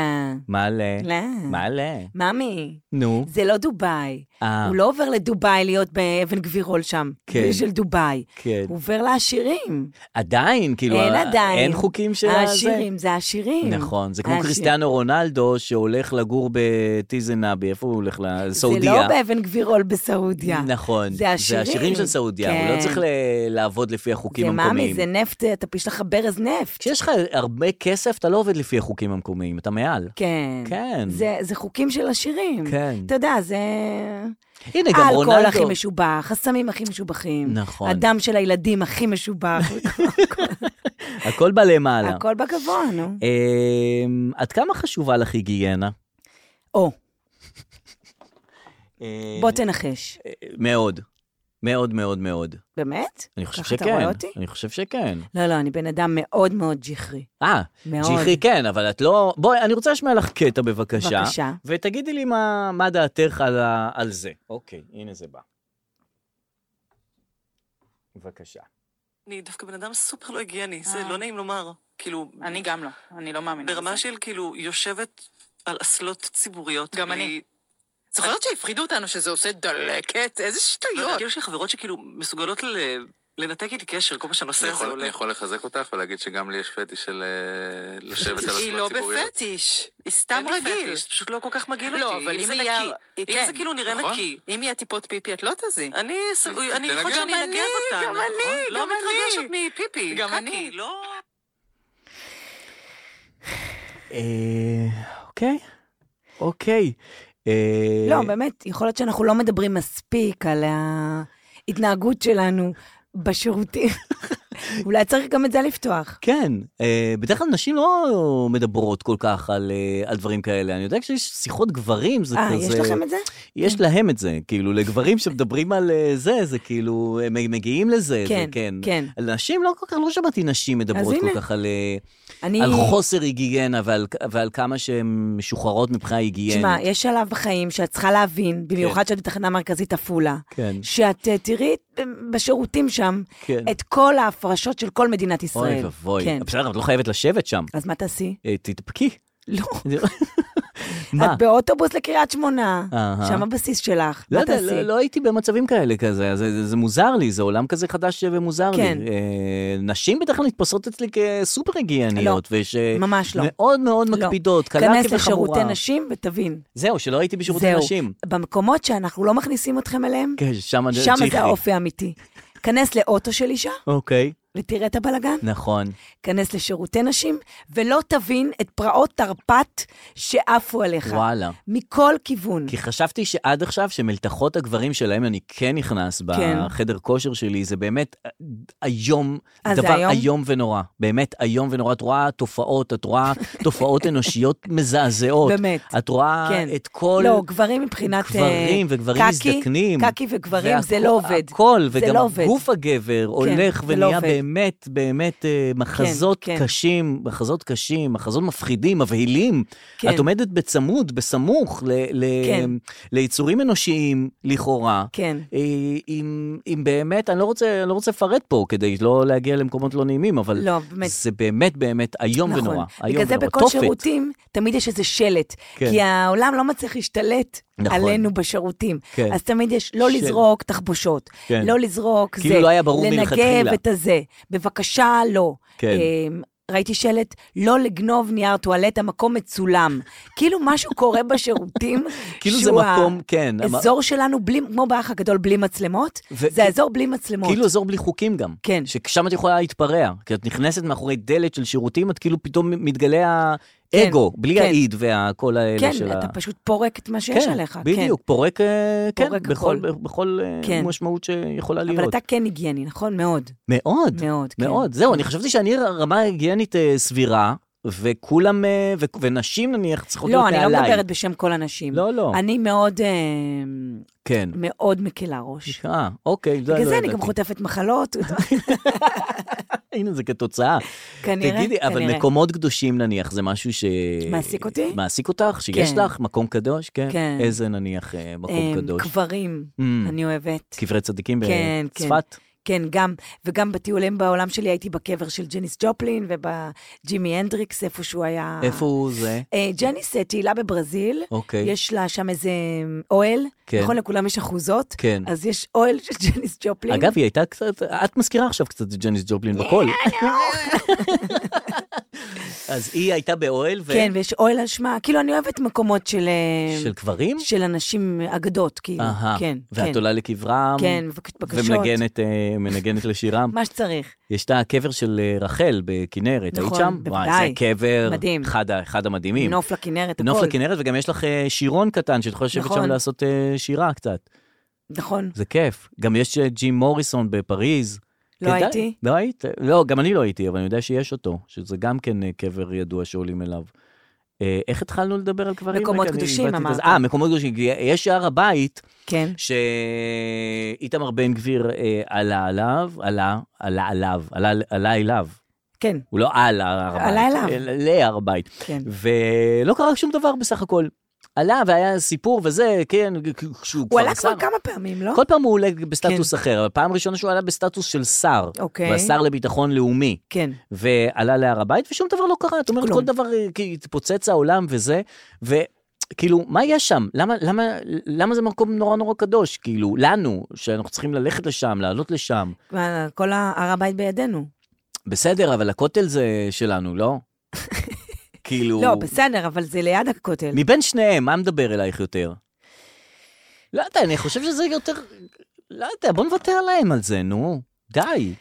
Speaker 2: מה ל...
Speaker 3: לא.
Speaker 2: מה ל...
Speaker 3: ממי,
Speaker 2: נו.
Speaker 3: זה לא דובאי.
Speaker 2: אה.
Speaker 3: הוא לא עובר לדובאי להיות באבן גבירול שם.
Speaker 2: כן.
Speaker 3: בלי של דובאי.
Speaker 2: כן.
Speaker 3: הוא עובר לעשירים.
Speaker 2: עדיין, כאילו,
Speaker 3: אין
Speaker 2: ה-
Speaker 3: עדיין.
Speaker 2: אין חוקים של הזה.
Speaker 3: העשירים זה העשירים.
Speaker 2: נכון, זה כמו
Speaker 3: העשיר-
Speaker 2: קריסטיאנו רונלדו שהולך לגור בטיזנאבי, איפה הוא הולך? לסעודיה.
Speaker 3: זה לא באבן גבירול בסעודיה.
Speaker 2: נכון,
Speaker 3: זה העשירים.
Speaker 2: זה העשירים של סעודיה, הוא
Speaker 3: כן.
Speaker 2: לא צריך ל- לעבוד לפי החוקים
Speaker 3: זה
Speaker 2: המקומיים.
Speaker 3: מאמי, זה נפט, אתה יש לך ברז נפט.
Speaker 2: כשיש לך הרבה כסף, אתה לא עובד לפי החוקים המקומיים, אתה מעל.
Speaker 3: כן.
Speaker 2: כן.
Speaker 3: זה, זה חוקים של עשירים.
Speaker 2: כן.
Speaker 3: אתה יודע, זה...
Speaker 2: הנה, גם רונלדו.
Speaker 3: האלכוהול הכי משובח, הסמים הכי משובחים.
Speaker 2: נכון.
Speaker 3: הדם של הילדים הכי משובח.
Speaker 2: הכל בא למעלה.
Speaker 3: הכל בגבוה, נו.
Speaker 2: אמ, עד כמה חשובה לך היגיינה?
Speaker 3: או,
Speaker 2: אה,
Speaker 3: בוא תנחש.
Speaker 2: אה, מאוד. מאוד מאוד מאוד.
Speaker 3: באמת?
Speaker 2: אני חושב
Speaker 3: ככה אתה
Speaker 2: שכן.
Speaker 3: רואה אותי?
Speaker 2: אני חושב שכן.
Speaker 3: לא, לא, אני בן אדם מאוד מאוד ג'יחרי.
Speaker 2: אה,
Speaker 3: מאוד.
Speaker 2: ג'יחי כן, אבל את לא... בואי, אני רוצה לשמוע לך קטע בבקשה.
Speaker 3: בבקשה.
Speaker 2: ותגידי לי מה, מה דעתך על, ה, על זה. אוקיי, הנה זה בא. בבקשה.
Speaker 8: אני דווקא בן אדם סופר לא הגיוני, זה
Speaker 9: אה.
Speaker 8: לא נעים לומר. כאילו,
Speaker 9: אני גם לא, אני לא מאמינה.
Speaker 8: ברמה
Speaker 9: בזה.
Speaker 8: של כאילו יושבת על אסלות ציבוריות.
Speaker 9: גם
Speaker 8: בלי-
Speaker 9: אני. זוכרת שהפחידו אותנו שזה עושה דלקת? איזה
Speaker 8: לא יודע,
Speaker 9: שטויות.
Speaker 8: כאילו יש לי חברות שכאילו מסוגלות ל- לנתק איתי קשר כל פעם שהנושא
Speaker 10: אני
Speaker 8: הזה
Speaker 10: יכול-
Speaker 8: עולה.
Speaker 10: אני יכול לחזק אותך ולהגיד שגם לי יש פטיש של אה, לשבת על
Speaker 9: היא
Speaker 10: הסביבה
Speaker 9: לא
Speaker 10: הציבורית.
Speaker 9: בפטיש, היא סתם
Speaker 8: אין לי
Speaker 9: רגיל.
Speaker 8: פטיש, פשוט לא כל כך מגעיל אותי.
Speaker 9: לא, אבל אם
Speaker 8: זה
Speaker 9: יהיה...
Speaker 8: נקי, אם
Speaker 9: כן.
Speaker 8: זה כאילו נראה
Speaker 10: נכון.
Speaker 8: נקי.
Speaker 9: אם יהיה טיפות פיפי, את לא תזי.
Speaker 8: אני, אני
Speaker 10: תנגן.
Speaker 8: יכול שאני
Speaker 9: גם
Speaker 8: אנגב
Speaker 9: אני,
Speaker 8: אותה.
Speaker 9: גם אני,
Speaker 8: לא
Speaker 9: גם אני.
Speaker 8: מתרגשת מפיפי.
Speaker 9: גם
Speaker 8: חכי,
Speaker 9: אני.
Speaker 8: לא...
Speaker 2: אוקיי, אוקיי. אה,
Speaker 3: לא, באמת, יכול להיות שאנחנו לא מדברים מספיק על ההתנהגות שלנו בשירותים. אולי צריך גם את זה לפתוח.
Speaker 2: כן, אה, בדרך כלל נשים לא מדברות כל כך על, אה, על דברים כאלה. אני יודע כשיש שיחות גברים, זה
Speaker 3: אה,
Speaker 2: כזה...
Speaker 3: יש לכם את זה? כן.
Speaker 2: יש להם את זה, כאילו, לגברים שמדברים על אה, זה, זה כאילו, הם מגיעים לזה,
Speaker 3: כן,
Speaker 2: זה כן.
Speaker 3: כן.
Speaker 2: נשים לא כל כך, לא שמעתי נשים מדברות
Speaker 3: הנה.
Speaker 2: כל כך על, אה,
Speaker 3: אני...
Speaker 2: על חוסר היגיינה ועל, ועל כמה שהן משוחררות מבחינה היגיינית.
Speaker 3: תשמע, יש שלב בחיים שאת צריכה להבין, במיוחד שאת בתחנה מרכזית עפולה,
Speaker 2: כן.
Speaker 3: שאת אה, תראי אה, בשירותים שם
Speaker 2: כן.
Speaker 3: את כל ההפרשות של כל מדינת ישראל.
Speaker 2: אוי ואבוי.
Speaker 3: כן.
Speaker 2: בסדר, את לא חייבת לשבת שם.
Speaker 3: אז מה תעשי?
Speaker 2: אה, תתאפקי.
Speaker 3: לא.
Speaker 2: מה?
Speaker 3: את באוטובוס לקריית שמונה,
Speaker 2: אהה.
Speaker 3: שם הבסיס שלך,
Speaker 2: לא
Speaker 3: מה
Speaker 2: יודע,
Speaker 3: תעשי?
Speaker 2: לא, לא הייתי במצבים כאלה כזה, זה, זה, זה מוזר לי, זה עולם כזה חדש ומוזר
Speaker 3: כן.
Speaker 2: לי. אה, נשים בדרך כלל נתפסות אצלי כסופר היגייניות,
Speaker 3: לא,
Speaker 2: וש...
Speaker 3: ממש לא.
Speaker 2: מאוד מאוד
Speaker 3: לא.
Speaker 2: מקפידות, קלה
Speaker 3: כנס
Speaker 2: כבחמורה.
Speaker 3: לשירותי נשים ותבין.
Speaker 2: זהו, שלא הייתי בשירותי
Speaker 3: זהו.
Speaker 2: נשים.
Speaker 3: במקומות שאנחנו לא מכניסים אתכם אליהם,
Speaker 2: כן, שם זה
Speaker 3: שם
Speaker 2: צ'יחי.
Speaker 3: זה האופי האמיתי. כנס לאוטו של אישה,
Speaker 2: אוקיי,
Speaker 3: ותראה את הבלגן.
Speaker 2: נכון.
Speaker 3: כנס לשירותי נשים, ולא תבין את פרעות תרפ"ט שעפו עליך.
Speaker 2: וואלה.
Speaker 3: מכל כיוון.
Speaker 2: כי חשבתי שעד עכשיו שמלתחות הגברים שלהם אני כן נכנס
Speaker 3: כן.
Speaker 2: בחדר כושר שלי, זה באמת אה, איום,
Speaker 3: אה, זה
Speaker 2: דבר
Speaker 3: איום?
Speaker 2: איום ונורא. באמת איום ונורא. את רואה תופעות, את רואה תופעות אנושיות מזעזעות.
Speaker 3: באמת.
Speaker 2: את רואה
Speaker 3: כן.
Speaker 2: את כל...
Speaker 3: לא, גברים מבחינת... אה,
Speaker 2: גברים וגברים
Speaker 3: קקי,
Speaker 2: מזדקנים.
Speaker 3: קקי וגברים, זה
Speaker 2: והכל-
Speaker 3: לא עובד.
Speaker 2: הכל,
Speaker 3: זה
Speaker 2: וגם
Speaker 3: לא עובד.
Speaker 2: גוף הגבר הולך
Speaker 3: זה לא
Speaker 2: ונהיה
Speaker 3: עובד.
Speaker 2: באמת, באמת אה, מחזות
Speaker 3: כן.
Speaker 2: קשים, מחזות קשים, מחזות מפחידים, מבהילים.
Speaker 3: כן.
Speaker 2: את עומדת בצמוד, בסמוך ל- ל-
Speaker 3: כן.
Speaker 2: ליצורים אנושיים, לכאורה.
Speaker 3: כן.
Speaker 2: אה, אם, אם באמת, אני לא רוצה, אני לא רוצה לפרט פה כדי לא להגיע למקומות לא נעימים, אבל
Speaker 3: לא, באמת.
Speaker 2: זה באמת באמת איום
Speaker 3: נכון.
Speaker 2: ונורא. איום
Speaker 3: בגלל זה
Speaker 2: ונורא.
Speaker 3: בכל
Speaker 2: תופת.
Speaker 3: שירותים, תמיד יש איזה שלט.
Speaker 2: כן.
Speaker 3: כי העולם לא מצליח להשתלט
Speaker 2: נכון.
Speaker 3: עלינו בשירותים.
Speaker 2: כן.
Speaker 3: אז תמיד יש לא
Speaker 2: של-
Speaker 3: לזרוק תחבושות,
Speaker 2: כן.
Speaker 3: לא לזרוק זה,
Speaker 2: כאילו לא היה ברור
Speaker 3: לנגב
Speaker 2: מלכתחילה.
Speaker 3: את הזה. בבקשה, לא.
Speaker 2: כן.
Speaker 3: אמ, ראיתי שלט, לא לגנוב נייר טואלט, המקום מצולם. כאילו משהו קורה בשירותים,
Speaker 2: כאילו זה
Speaker 3: שהוא
Speaker 2: מקום, כן, המ-
Speaker 3: האזור שלנו, בלי, כמו באח הגדול, בלי מצלמות,
Speaker 2: ו-
Speaker 3: זה האזור בלי מצלמות.
Speaker 2: כאילו אזור בלי חוקים גם.
Speaker 3: כן.
Speaker 2: ששם את יכולה להתפרע. כי את נכנסת מאחורי דלת של שירותים, את כאילו פתאום מתגלה האגו, בלי
Speaker 3: כן.
Speaker 2: האיד והכל האלה
Speaker 3: כן,
Speaker 2: של ה...
Speaker 3: אתה פשוט פורק את מה שיש
Speaker 2: כן,
Speaker 3: עליך.
Speaker 2: בדיוק, פורק, אה, כן,
Speaker 3: פורק
Speaker 2: בכל,
Speaker 3: הכל.
Speaker 2: בכל אה,
Speaker 3: כן.
Speaker 2: משמעות שיכולה
Speaker 3: כן.
Speaker 2: להיות.
Speaker 3: אבל אתה כן היגייני, נכון? מאוד.
Speaker 2: מאוד,
Speaker 3: מאוד, כן.
Speaker 2: מאוד. זהו, אני חשבתי שאני רמה היגיינית אה, סבירה, וכולם, אה, ו- ונשים נניח צריכות להיות
Speaker 3: לא, אני
Speaker 2: מעליי.
Speaker 3: לא מדברת בשם כל הנשים.
Speaker 2: לא, לא.
Speaker 3: אני מאוד, אה,
Speaker 2: כן.
Speaker 3: מאוד מקלה ראש.
Speaker 2: אה, אוקיי, זה לא
Speaker 3: בגלל
Speaker 2: ידעתי.
Speaker 3: זה אני גם חוטפת מחלות,
Speaker 2: הנה, זה כתוצאה.
Speaker 3: כנראה,
Speaker 2: תגידי, אבל
Speaker 3: כנראה.
Speaker 2: מקומות קדושים נניח, זה משהו ש...
Speaker 3: מעסיק אותי?
Speaker 2: מעסיק אותך? שיש
Speaker 3: כן.
Speaker 2: לך מקום קדוש? כן.
Speaker 3: כן.
Speaker 2: איזה נניח אה, מקום
Speaker 3: אה,
Speaker 2: קדוש?
Speaker 3: קברים,
Speaker 2: Mm. אה,
Speaker 3: אני אוהבת.
Speaker 2: קברי צדיקים
Speaker 3: כן, כן.
Speaker 2: בצפת?
Speaker 3: כן, גם, וגם בטיולים בעולם שלי הייתי בקבר של ג'ניס ג'ופלין ובג'ימי הנדריקס, איפה שהוא היה.
Speaker 2: איפה הוא זה?
Speaker 3: אה, ג'ניס אה, תהילה בברזיל,
Speaker 2: אוקיי.
Speaker 3: יש לה שם איזה אה, אוהל,
Speaker 2: כן.
Speaker 3: נכון? לכולם יש אחוזות,
Speaker 2: כן.
Speaker 3: אז יש אוהל של ג'ניס ג'ופלין.
Speaker 2: אגב, היא הייתה קצת, את מזכירה עכשיו קצת את ג'ניס ג'ופלין
Speaker 3: אה,
Speaker 2: בקול.
Speaker 3: לא.
Speaker 2: אז היא הייתה באוהל ו...
Speaker 3: כן, ויש אוהל על שמה, כאילו, אני אוהבת מקומות של... אה,
Speaker 2: של קברים?
Speaker 3: של אנשים, אגדות, כאילו,
Speaker 2: אהה.
Speaker 3: כן,
Speaker 2: ואת
Speaker 3: כן.
Speaker 2: עולה לקברם?
Speaker 3: כן, מבקשת בקשות.
Speaker 2: ומנגנת אה, מנגנת לשירם?
Speaker 3: מה שצריך.
Speaker 2: יש את הקבר של אה, רחל בכנרת, היית
Speaker 3: נכון,
Speaker 2: שם? וואי,
Speaker 3: בוודאי.
Speaker 2: זה קבר,
Speaker 3: מדהים.
Speaker 2: אחד, ה- אחד המדהימים.
Speaker 3: נוף לכנרת,
Speaker 2: נוף
Speaker 3: הכל.
Speaker 2: לכנרת, וגם יש לך אה, שירון קטן, שאת יכולה לשבת שם
Speaker 3: נכון.
Speaker 2: לעשות אה, שירה קצת.
Speaker 3: נכון.
Speaker 2: זה כיף. גם יש אה, ג'ים מוריסון בפריז.
Speaker 3: לא
Speaker 2: כדאי-
Speaker 3: הייתי.
Speaker 2: לא היית? לא, גם אני לא הייתי, אבל אני יודע שיש אותו, שזה גם כן אה, קבר ידוע שעולים אליו. אה, איך התחלנו לדבר על קברים?
Speaker 3: מקומות
Speaker 2: רק אני
Speaker 3: קדושים,
Speaker 2: איבדתי את
Speaker 3: אמרת.
Speaker 2: זה. אה, מקומות קדושים. כי יש הר הבית,
Speaker 3: כן.
Speaker 2: שאיתמר בן גביר אה, עלה עליו, עלה, עלה עליו, עלה, עלה אליו.
Speaker 3: כן.
Speaker 2: הוא לא על הר הבית.
Speaker 3: עלה אליו.
Speaker 2: אלא להר הבית.
Speaker 3: כן.
Speaker 2: ולא קרה שום דבר בסך הכל. עלה והיה סיפור וזה, כן, שהוא
Speaker 3: הוא
Speaker 2: כבר
Speaker 3: עלה
Speaker 2: שר.
Speaker 3: כבר כמה פעמים, לא?
Speaker 2: כל פעם הוא עולה בסטטוס אחר, אבל פעם ראשונה שהוא עלה בסטטוס של שר.
Speaker 3: אוקיי.
Speaker 2: הוא השר לביטחון לאומי.
Speaker 3: כן.
Speaker 2: ועלה להר הבית, ושום דבר לא קרה. את אומרת,
Speaker 3: כלום.
Speaker 2: כל דבר, אה, כי התפוצץ העולם וזה, ו... כאילו, מה יש שם? למה, למה, למה זה מקום נורא נורא קדוש? כאילו, לנו, שאנחנו צריכים ללכת לשם, לעלות לשם.
Speaker 3: מה, כל הר הבית בידינו.
Speaker 2: בסדר, אבל הכותל זה שלנו, לא? כאילו...
Speaker 3: לא, בסדר, אבל זה ליד הכותל.
Speaker 2: מבין שניהם, מה מדבר אלייך יותר? לא יודע, אני חושב שזה יותר... לא יודע, בוא נוותר להם על זה, נו. די.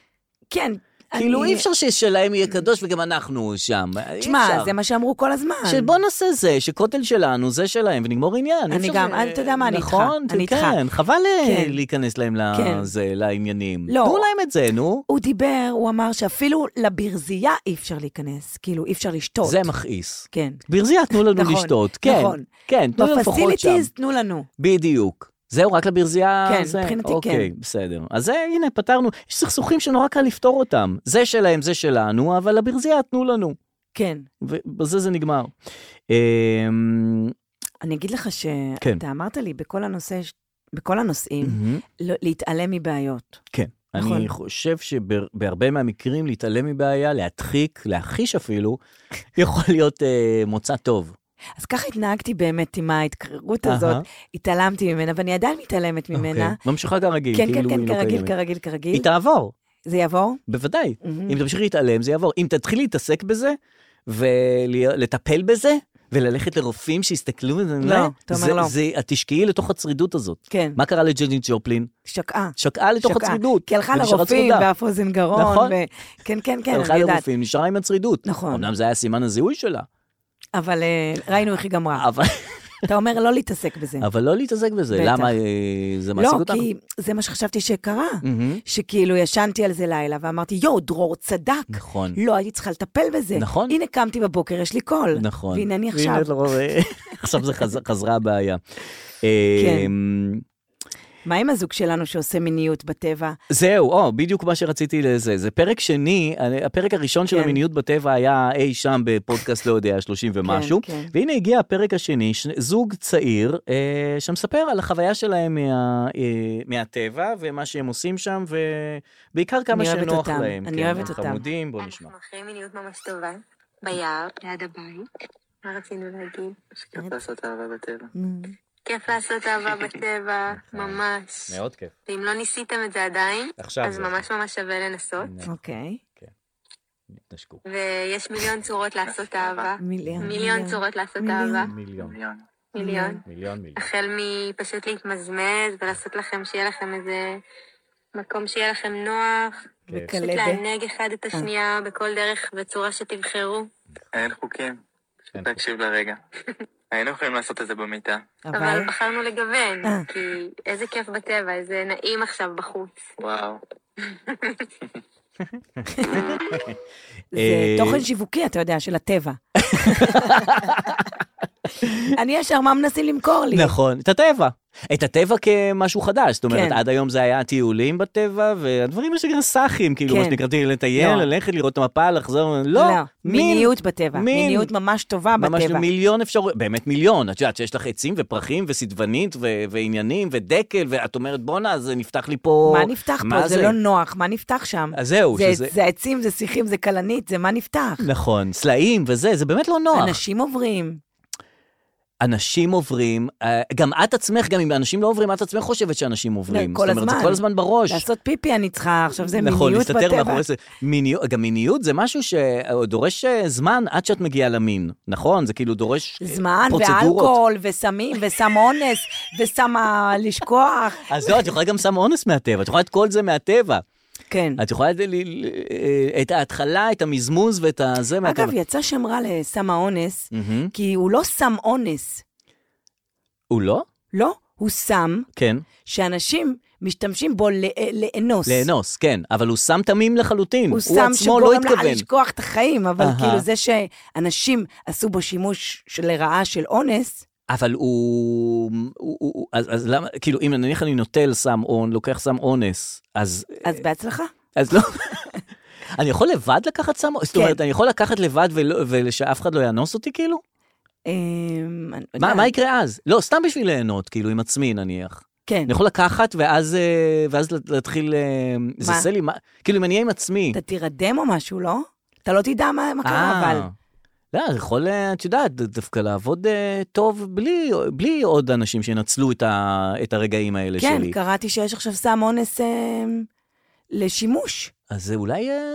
Speaker 3: כן,
Speaker 2: כאילו,
Speaker 3: אני-
Speaker 2: אי אפשר ששלהם יהיה קדוש וגם אנחנו שם. אי
Speaker 3: תשמע,
Speaker 2: אפשר.
Speaker 3: זה מה שאמרו כל הזמן.
Speaker 2: שבוא נעשה זה, שכותל שלנו זה שלהם, ונגמור עניין. אי
Speaker 3: אני
Speaker 2: אפשר-
Speaker 3: גם, אל תדע מה, אני איתך,
Speaker 2: נכון,
Speaker 3: אני איתך.
Speaker 2: כן, חבל אה,
Speaker 3: כן.
Speaker 2: להיכנס להם
Speaker 3: כן.
Speaker 2: לזה, לעניינים.
Speaker 3: לא.
Speaker 2: תנו להם את זה, נו.
Speaker 3: הוא דיבר, הוא אמר שאפילו לברזייה אי אפשר להיכנס, כאילו, אי אפשר לשתות.
Speaker 2: זה מכעיס.
Speaker 3: כן.
Speaker 2: ברזייה תנו לנו
Speaker 3: נכון,
Speaker 2: לשתות, כן,
Speaker 3: נכון.
Speaker 2: כן, תנו לנו לפחות שם.
Speaker 3: בפסיליטיז תנו לנו.
Speaker 2: בדיוק. זהו, רק לברזייה?
Speaker 3: כן,
Speaker 2: זה?
Speaker 3: מבחינתי
Speaker 2: אוקיי,
Speaker 3: כן.
Speaker 2: בסדר. אז זה, הנה, פתרנו. יש סכסוכים שנורא קל לפתור אותם. זה שלהם, זה שלנו, אבל לברזייה תנו לנו.
Speaker 3: כן.
Speaker 2: ובזה זה נגמר. אמ,
Speaker 3: אני אגיד לך שאתה
Speaker 2: כן.
Speaker 3: אמרת לי בכל הנושא, ש- בכל הנושאים,
Speaker 2: מהמם.
Speaker 3: לא- להתעלם מבעיות.
Speaker 2: כן. אני
Speaker 3: נכון.
Speaker 2: חושב שבהרבה מהמקרים להתעלם מבעיה, להדחיק, להכחיש אפילו, יכול להיות אה, מוצא טוב.
Speaker 3: אז ככה התנהגתי באמת עם ההתקררות
Speaker 2: אהה.
Speaker 3: הזאת, התעלמתי ממנה, ואני עדיין מתעלמת ממנה.
Speaker 2: אוקיי. ממשיכה כרגיל,
Speaker 3: כן, כן,
Speaker 2: כאילו
Speaker 3: כן,
Speaker 2: היא לא
Speaker 3: כרגיל,
Speaker 2: קיימת.
Speaker 3: כרגיל, כרגיל.
Speaker 2: היא תעבור.
Speaker 3: זה יעבור?
Speaker 2: בוודאי.
Speaker 3: מהמם.
Speaker 2: אם תמשיכי להתעלם, זה יעבור. אם תתחילי להתעסק בזה, ולטפל בזה, וללכת לרופאים שיסתכלו על זה,
Speaker 3: לא, אתה אומר
Speaker 2: זה-
Speaker 3: לא.
Speaker 2: זה- את תשקיעי לתוך הצרידות הזאת.
Speaker 3: כן.
Speaker 2: מה קרה לג'נג'י ג'ופלין?
Speaker 3: שקעה.
Speaker 2: שקעה לתוך
Speaker 3: שקעה.
Speaker 2: הצרידות.
Speaker 3: כי הלכה
Speaker 2: ונשארה
Speaker 3: לרופאים,
Speaker 2: צרודה.
Speaker 3: ואף אוזן גרון.
Speaker 2: נכון.
Speaker 3: ו- כן, כן, כן,
Speaker 2: הלכה
Speaker 3: אני יודעת.
Speaker 2: לרופאים, נשארה עם הצרידות.
Speaker 3: נכון.
Speaker 2: אמנם זה היה סימן הזיהוי שלה,
Speaker 3: אבל אה, ראינו איך היא גמרה.
Speaker 2: אבל...
Speaker 3: אתה אומר לא להתעסק בזה.
Speaker 2: אבל לא להתעסק בזה,
Speaker 3: בטח.
Speaker 2: למה אה, זה מעסיק
Speaker 3: לא,
Speaker 2: אותך?
Speaker 3: כי זה מה שחשבתי שקרה.
Speaker 2: מהמם.
Speaker 3: שכאילו ישנתי על זה לילה ואמרתי, יואו, דרור צדק.
Speaker 2: נכון.
Speaker 3: לא הייתי צריכה לטפל בזה.
Speaker 2: נכון.
Speaker 3: הנה קמתי בבוקר, יש לי קול.
Speaker 2: נכון.
Speaker 3: והנה אני
Speaker 2: והנה
Speaker 3: עכשיו.
Speaker 2: את לרוב, אה, עכשיו זה חז- חזרה הבעיה.
Speaker 3: כן.
Speaker 2: אמ,
Speaker 3: מה עם הזוג שלנו שעושה מיניות בטבע?
Speaker 2: זהו, או, בדיוק מה שרציתי לזה. זה פרק שני, אני- הפרק הראשון של
Speaker 3: כן.
Speaker 2: המיניות בטבע היה אי שם בפודקאסט, לא יודע, 30 ומשהו.
Speaker 3: כן.
Speaker 2: והנה הגיע הפרק השני, ש... זוג צעיר אה, שמספר על החוויה שלהם מה, אה, מהטבע ומה שהם עושים שם, ובעיקר כמה
Speaker 3: אני אוהבת
Speaker 2: שנוח
Speaker 3: אותם,
Speaker 2: להם.
Speaker 3: אני
Speaker 2: כן,
Speaker 3: אוהבת
Speaker 2: הם
Speaker 3: אותם.
Speaker 2: חמודים, בוא נשמע.
Speaker 11: אנחנו אחרי מיניות ממש טובה, ביער, ליד הבית. מה רצינו להגיד?
Speaker 5: כיף לעשות אהבה בטבע.
Speaker 11: כיף לעשות אהבה בטבע, ממש.
Speaker 2: נכון. מאוד כיף.
Speaker 11: ואם לא ניסיתם את זה עדיין,
Speaker 2: עכשיו
Speaker 11: אז
Speaker 2: זה-
Speaker 11: ממש ממש שווה לנסות.
Speaker 3: אוקיי.
Speaker 2: התנשקו.
Speaker 11: ויש מיליון צורות לעשות אהבה.
Speaker 3: מיליון.
Speaker 11: מיליון צורות לעשות
Speaker 3: מיליון.
Speaker 11: אהבה.
Speaker 2: מיליון.
Speaker 11: מיליון.
Speaker 2: מיליון מיליון.
Speaker 11: החל מפשוט להתמזמז ולעשות לכם, שיהיה לכם איזה מקום שיהיה לכם נוח.
Speaker 3: כן.
Speaker 5: כיף.
Speaker 11: פשוט
Speaker 5: וקלדת.
Speaker 11: לענג אחד את השנייה בכל דרך וצורה שתבחרו.
Speaker 5: אין חוקים.
Speaker 9: כן,
Speaker 5: פשוט להקשיב לרגע. היינו יכולים לעשות את זה במיטה.
Speaker 11: אבל בחרנו לגוון, כי איזה כיף בטבע, איזה נעים עכשיו בחוץ.
Speaker 5: וואו.
Speaker 3: זה
Speaker 2: אה,
Speaker 3: תוכן שיווקי, אתה יודע, של הטבע. אני ישר, מה מנסים למכור לי?
Speaker 2: נכון, את הטבע. את הטבע כמשהו חדש, זאת אומרת,
Speaker 3: כן.
Speaker 2: עד היום זה היה טיולים בטבע, והדברים האלה שכאלה סאחים, כאילו,
Speaker 3: כן.
Speaker 2: מה שנקרא לטייל,
Speaker 3: לא.
Speaker 2: ללכת, לראות את המפה, לחזור, לא, מין.
Speaker 3: מיניות בטבע.
Speaker 2: מין.
Speaker 3: מיניות ממש טובה
Speaker 2: ממש לא,
Speaker 3: בטבע.
Speaker 2: מיליון אפשרויות, באמת מיליון. את יודעת שיש לך עצים ופרחים וסדבנית ו- ועניינים ודקל, ואת אומרת, בואנה, זה נפתח לי פה...
Speaker 3: מה נפתח פה? זה לא נוח, מה נפתח שם?
Speaker 2: אז זהו,
Speaker 3: זה-
Speaker 2: שזה-
Speaker 3: זה עצים, זה שיחים, זה כלנית, זה מה נפתח.
Speaker 2: נכון, סלעים וזה, זה באמת לא נוח.
Speaker 3: אנשים עוברים.
Speaker 2: אנשים עוברים, אה, גם את עצמך, גם אם אנשים לא עוברים, את עצמך חושבת שאנשים עוברים.
Speaker 3: לא, כל
Speaker 2: זאת אומרת,
Speaker 3: הזמן.
Speaker 2: זה כל הזמן בראש.
Speaker 3: לעשות פיפי אני צריכה, עכשיו זה
Speaker 2: נכון,
Speaker 3: מיניות
Speaker 2: להסתתר
Speaker 3: בטבע.
Speaker 2: מאחורי זה. מיניות, גם מיניות זה משהו שדורש אה, זמן עד שאת מגיעה למין, נכון? זה כאילו דורש אה,
Speaker 3: זמן
Speaker 2: פרוצדורות.
Speaker 3: ואלכוהול וסמים וסם אונס וסם ה- לשכוח.
Speaker 2: אז לא, את יכולה גם סם אונס מהטבע, את יכולה את כל זה מהטבע.
Speaker 3: כן.
Speaker 2: את יכולה את, אה, את ההתחלה, את המזמוז ואת הזה מהטבע.
Speaker 3: אגב, יצא שם רע לסם האונס,
Speaker 2: מהמם.
Speaker 3: כי הוא לא סם אונס,
Speaker 2: הוא לא?
Speaker 3: לא, הוא סם
Speaker 2: כן.
Speaker 3: שאנשים משתמשים בו ל- לאנוס.
Speaker 2: לאנוס, כן, אבל הוא סם תמים לחלוטין.
Speaker 3: הוא
Speaker 2: הוא
Speaker 3: סם
Speaker 2: עצמו לא
Speaker 3: שגורם לך
Speaker 2: התכוון.
Speaker 3: לשכוח את החיים, אבל
Speaker 2: אהה.
Speaker 3: כאילו זה שאנשים עשו בו שימוש של- לרעה של אונס,
Speaker 2: אבל הוא... הוא, הוא, הוא אז, אז למה, כאילו, אם נניח אני נוטל סם און, לוקח סם אונס, אז...
Speaker 3: אז בהצלחה.
Speaker 2: אז לא... אני יכול לבד לקחת סם? זאת
Speaker 3: כן.
Speaker 2: אומרת, אני יכול לקחת לבד ולא- ושאף אחד לא יאנוס אותי, כאילו?
Speaker 3: אמ, אני
Speaker 2: מה
Speaker 3: יודעת.
Speaker 2: מה יקרה אז? לא, סתם בשביל ליהנות, כאילו, עם עצמי, נניח.
Speaker 3: כן.
Speaker 2: אני יכול לקחת ואז אה, ואז להתחיל... אה, זה
Speaker 3: מה?
Speaker 2: עושה לי מה? כאילו, אם אני אהיה עם עצמי...
Speaker 3: אתה תירדם או משהו, לא? אתה לא תדע מה מה קרה,
Speaker 2: אה,
Speaker 3: אבל.
Speaker 2: לא, זה יכול, אה, את יודעת, דווקא לעבוד אה, טוב בלי, בלי עוד אנשים שינצלו את, ה, את הרגעים האלה
Speaker 3: כן,
Speaker 2: שלי.
Speaker 3: קראתי שיש עכשיו סם אונס אה, לשימוש.
Speaker 2: אז זה אולי... אה,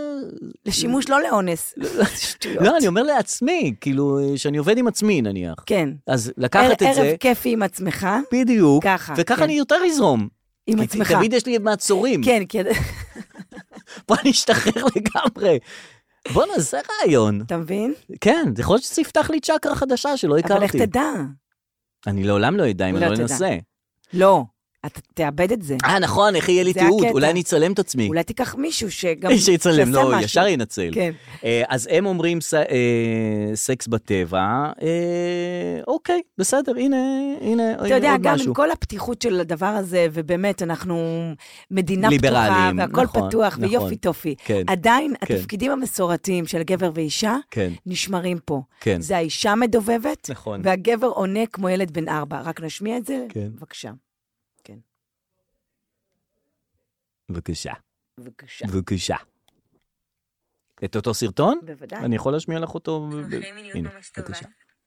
Speaker 3: לשימוש, לא לאונס.
Speaker 2: לא, אני אומר לעצמי, כאילו, אה, שאני עובד עם עצמי נניח.
Speaker 3: כן.
Speaker 2: אז לקחת
Speaker 3: ער-
Speaker 2: את זה,
Speaker 3: ערב כיפי עם עצמך.
Speaker 2: בדיוק,
Speaker 3: ככה.
Speaker 2: וככה
Speaker 3: כן.
Speaker 2: אני יותר אזרום.
Speaker 3: עם
Speaker 2: כי
Speaker 3: עצמך.
Speaker 2: תמיד יש לי מעצורים.
Speaker 3: כן, כי...
Speaker 2: פה אני אשתחרר לגמרי. בואנה, זה רעיון.
Speaker 3: אתה מבין?
Speaker 2: כן, זה יכול להיות שזה יפתח לי צ'קרה חדשה שלא הכרתי.
Speaker 3: אבל איך תדע?
Speaker 2: אני לעולם לא אדע אם אני
Speaker 3: לא
Speaker 2: לא
Speaker 3: תדע.
Speaker 2: אנסה.
Speaker 3: לא, אתה תאבד את זה.
Speaker 2: אה, נכון, איך יהיה לי
Speaker 3: זה
Speaker 2: תיעוד?
Speaker 3: הקטע.
Speaker 2: אולי אני אצלם את עצמי.
Speaker 3: אולי תיקח מישהו שגם...
Speaker 2: שיצלם,
Speaker 3: שיעשה
Speaker 2: לא,
Speaker 3: משהו.
Speaker 2: ישר ינצל.
Speaker 3: כן.
Speaker 2: אה, אז הם אומרים ס- אה, סקס בטבע, אה, אוקיי, בסדר, הנה, הנה, הנה עוד
Speaker 3: אתה
Speaker 2: משהו.
Speaker 3: יודע, גם עם כל הפתיחות של הדבר הזה, ובאמת, אנחנו מדינה פתוחה,
Speaker 2: ליברלים,
Speaker 3: והכל
Speaker 2: נכון,
Speaker 3: פתוח,
Speaker 2: נכון.
Speaker 3: ויופי טופי.
Speaker 2: כן,
Speaker 3: עדיין,
Speaker 2: כן.
Speaker 3: התפקידים המסורתיים של גבר ואישה
Speaker 2: כן.
Speaker 3: נשמרים פה.
Speaker 2: כן.
Speaker 3: זה האישה מדובבת,
Speaker 2: נכון.
Speaker 3: והגבר עונה כמו ילד בן ארבע. רק נשמיע את זה?
Speaker 2: כן.
Speaker 3: בבקשה.
Speaker 2: בבקשה.
Speaker 3: בבקשה.
Speaker 2: בבקשה. את אותו סרטון?
Speaker 11: בוודאי.
Speaker 2: אני יכול להשמיע לך אותו? ב- ב-
Speaker 11: אחרי מיניות
Speaker 2: הנה,
Speaker 11: ממש טובה,
Speaker 2: בבקשה.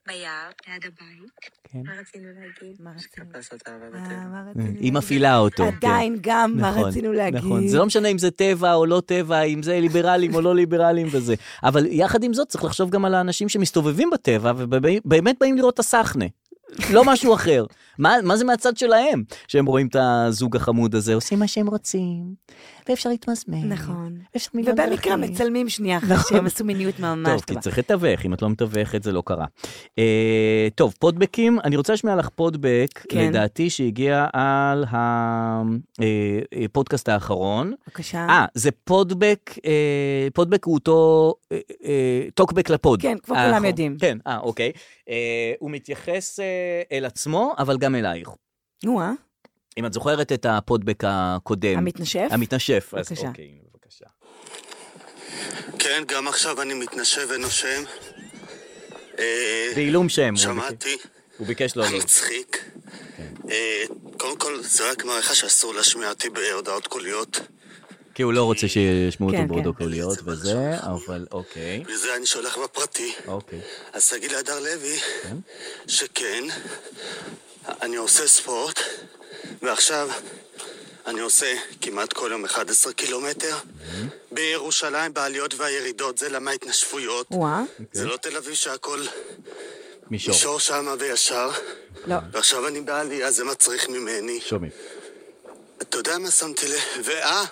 Speaker 11: ביער, ליד הבית.
Speaker 2: כן.
Speaker 11: מה רצינו להגיד?
Speaker 3: מה רצינו?
Speaker 12: אה,
Speaker 3: אה,
Speaker 2: היא מפעילה אותו. כן.
Speaker 3: לא עדיין גם, מה
Speaker 2: נכון,
Speaker 3: רצינו להגיד?
Speaker 2: נכון, זה לא משנה אם זה טבע או לא טבע, אם זה ליברלים או לא ליברלים וזה. אבל יחד עם זאת, צריך לחשוב גם על האנשים שמסתובבים בטבע ובאמת באים לראות את הסחנה. לא משהו אחר. מה, מה זה מהצד שלהם? שהם רואים את הזוג החמוד הזה, עושים מה שהם רוצים, ואפשר להתמזמן.
Speaker 3: נכון.
Speaker 2: ואפשר מיליון
Speaker 3: ובמקרה
Speaker 2: דרכים.
Speaker 3: מצלמים שנייה אחרי
Speaker 2: נכון.
Speaker 3: שהם עשו מיניות ממש
Speaker 2: טוב,
Speaker 3: טובה.
Speaker 2: כי צריך לתווך, אם את לא מתווכת זה לא קרה. אה, טוב, פודבקים, אני רוצה לשמיע לך פודבק,
Speaker 3: כן.
Speaker 2: לדעתי שהגיע על הפודקאסט האחרון.
Speaker 3: בבקשה.
Speaker 2: אה, זה פודבק, אה, פודבק הוא אותו אה, אה, טוקבק לפוד.
Speaker 3: כן, כבר
Speaker 2: האחרון.
Speaker 3: כולם יודעים.
Speaker 2: כן, אה, אוקיי. אה, הוא מתייחס אה, אל עצמו, אבל גם אלייך.
Speaker 3: נו, אה?
Speaker 2: אם את זוכרת את הפודבק הקודם.
Speaker 3: המתנשף?
Speaker 2: אמ, המתנשף, אז
Speaker 3: בבקשה.
Speaker 2: אוקיי, הנה, בבקשה.
Speaker 12: כן, גם עכשיו אני מתנשב ונושם. אה,
Speaker 2: בעילום שם. הוא
Speaker 12: שמעתי,
Speaker 2: ביקש- הוא ביקש לא...
Speaker 12: המצחיק. אה, קודם כל, זה רק מראה לך שאסור להשמיע אותי בהודעות קוליות.
Speaker 2: כי הוא לא רוצה שישמעו
Speaker 12: כן,
Speaker 2: אותו
Speaker 12: כן.
Speaker 2: בהודו קוליות וזה, אבל אוקיי.
Speaker 12: וזה אני שולח בפרטי.
Speaker 2: אוקיי.
Speaker 12: אז תגיד להדר לוי שכן, אני עושה ספורט, ועכשיו אני עושה כמעט כל יום 11 קילומטר. בירושלים, בעליות והירידות, זה למה התנשפויות.
Speaker 3: וואה.
Speaker 12: זה לא תל אביב שהכל
Speaker 2: מישור.
Speaker 12: מישור שמה וישר.
Speaker 3: לא.
Speaker 12: ועכשיו אני בעלייה, זה מצריך ממני.
Speaker 2: שומעים.
Speaker 12: אתה יודע מה שמתי לב? ואה,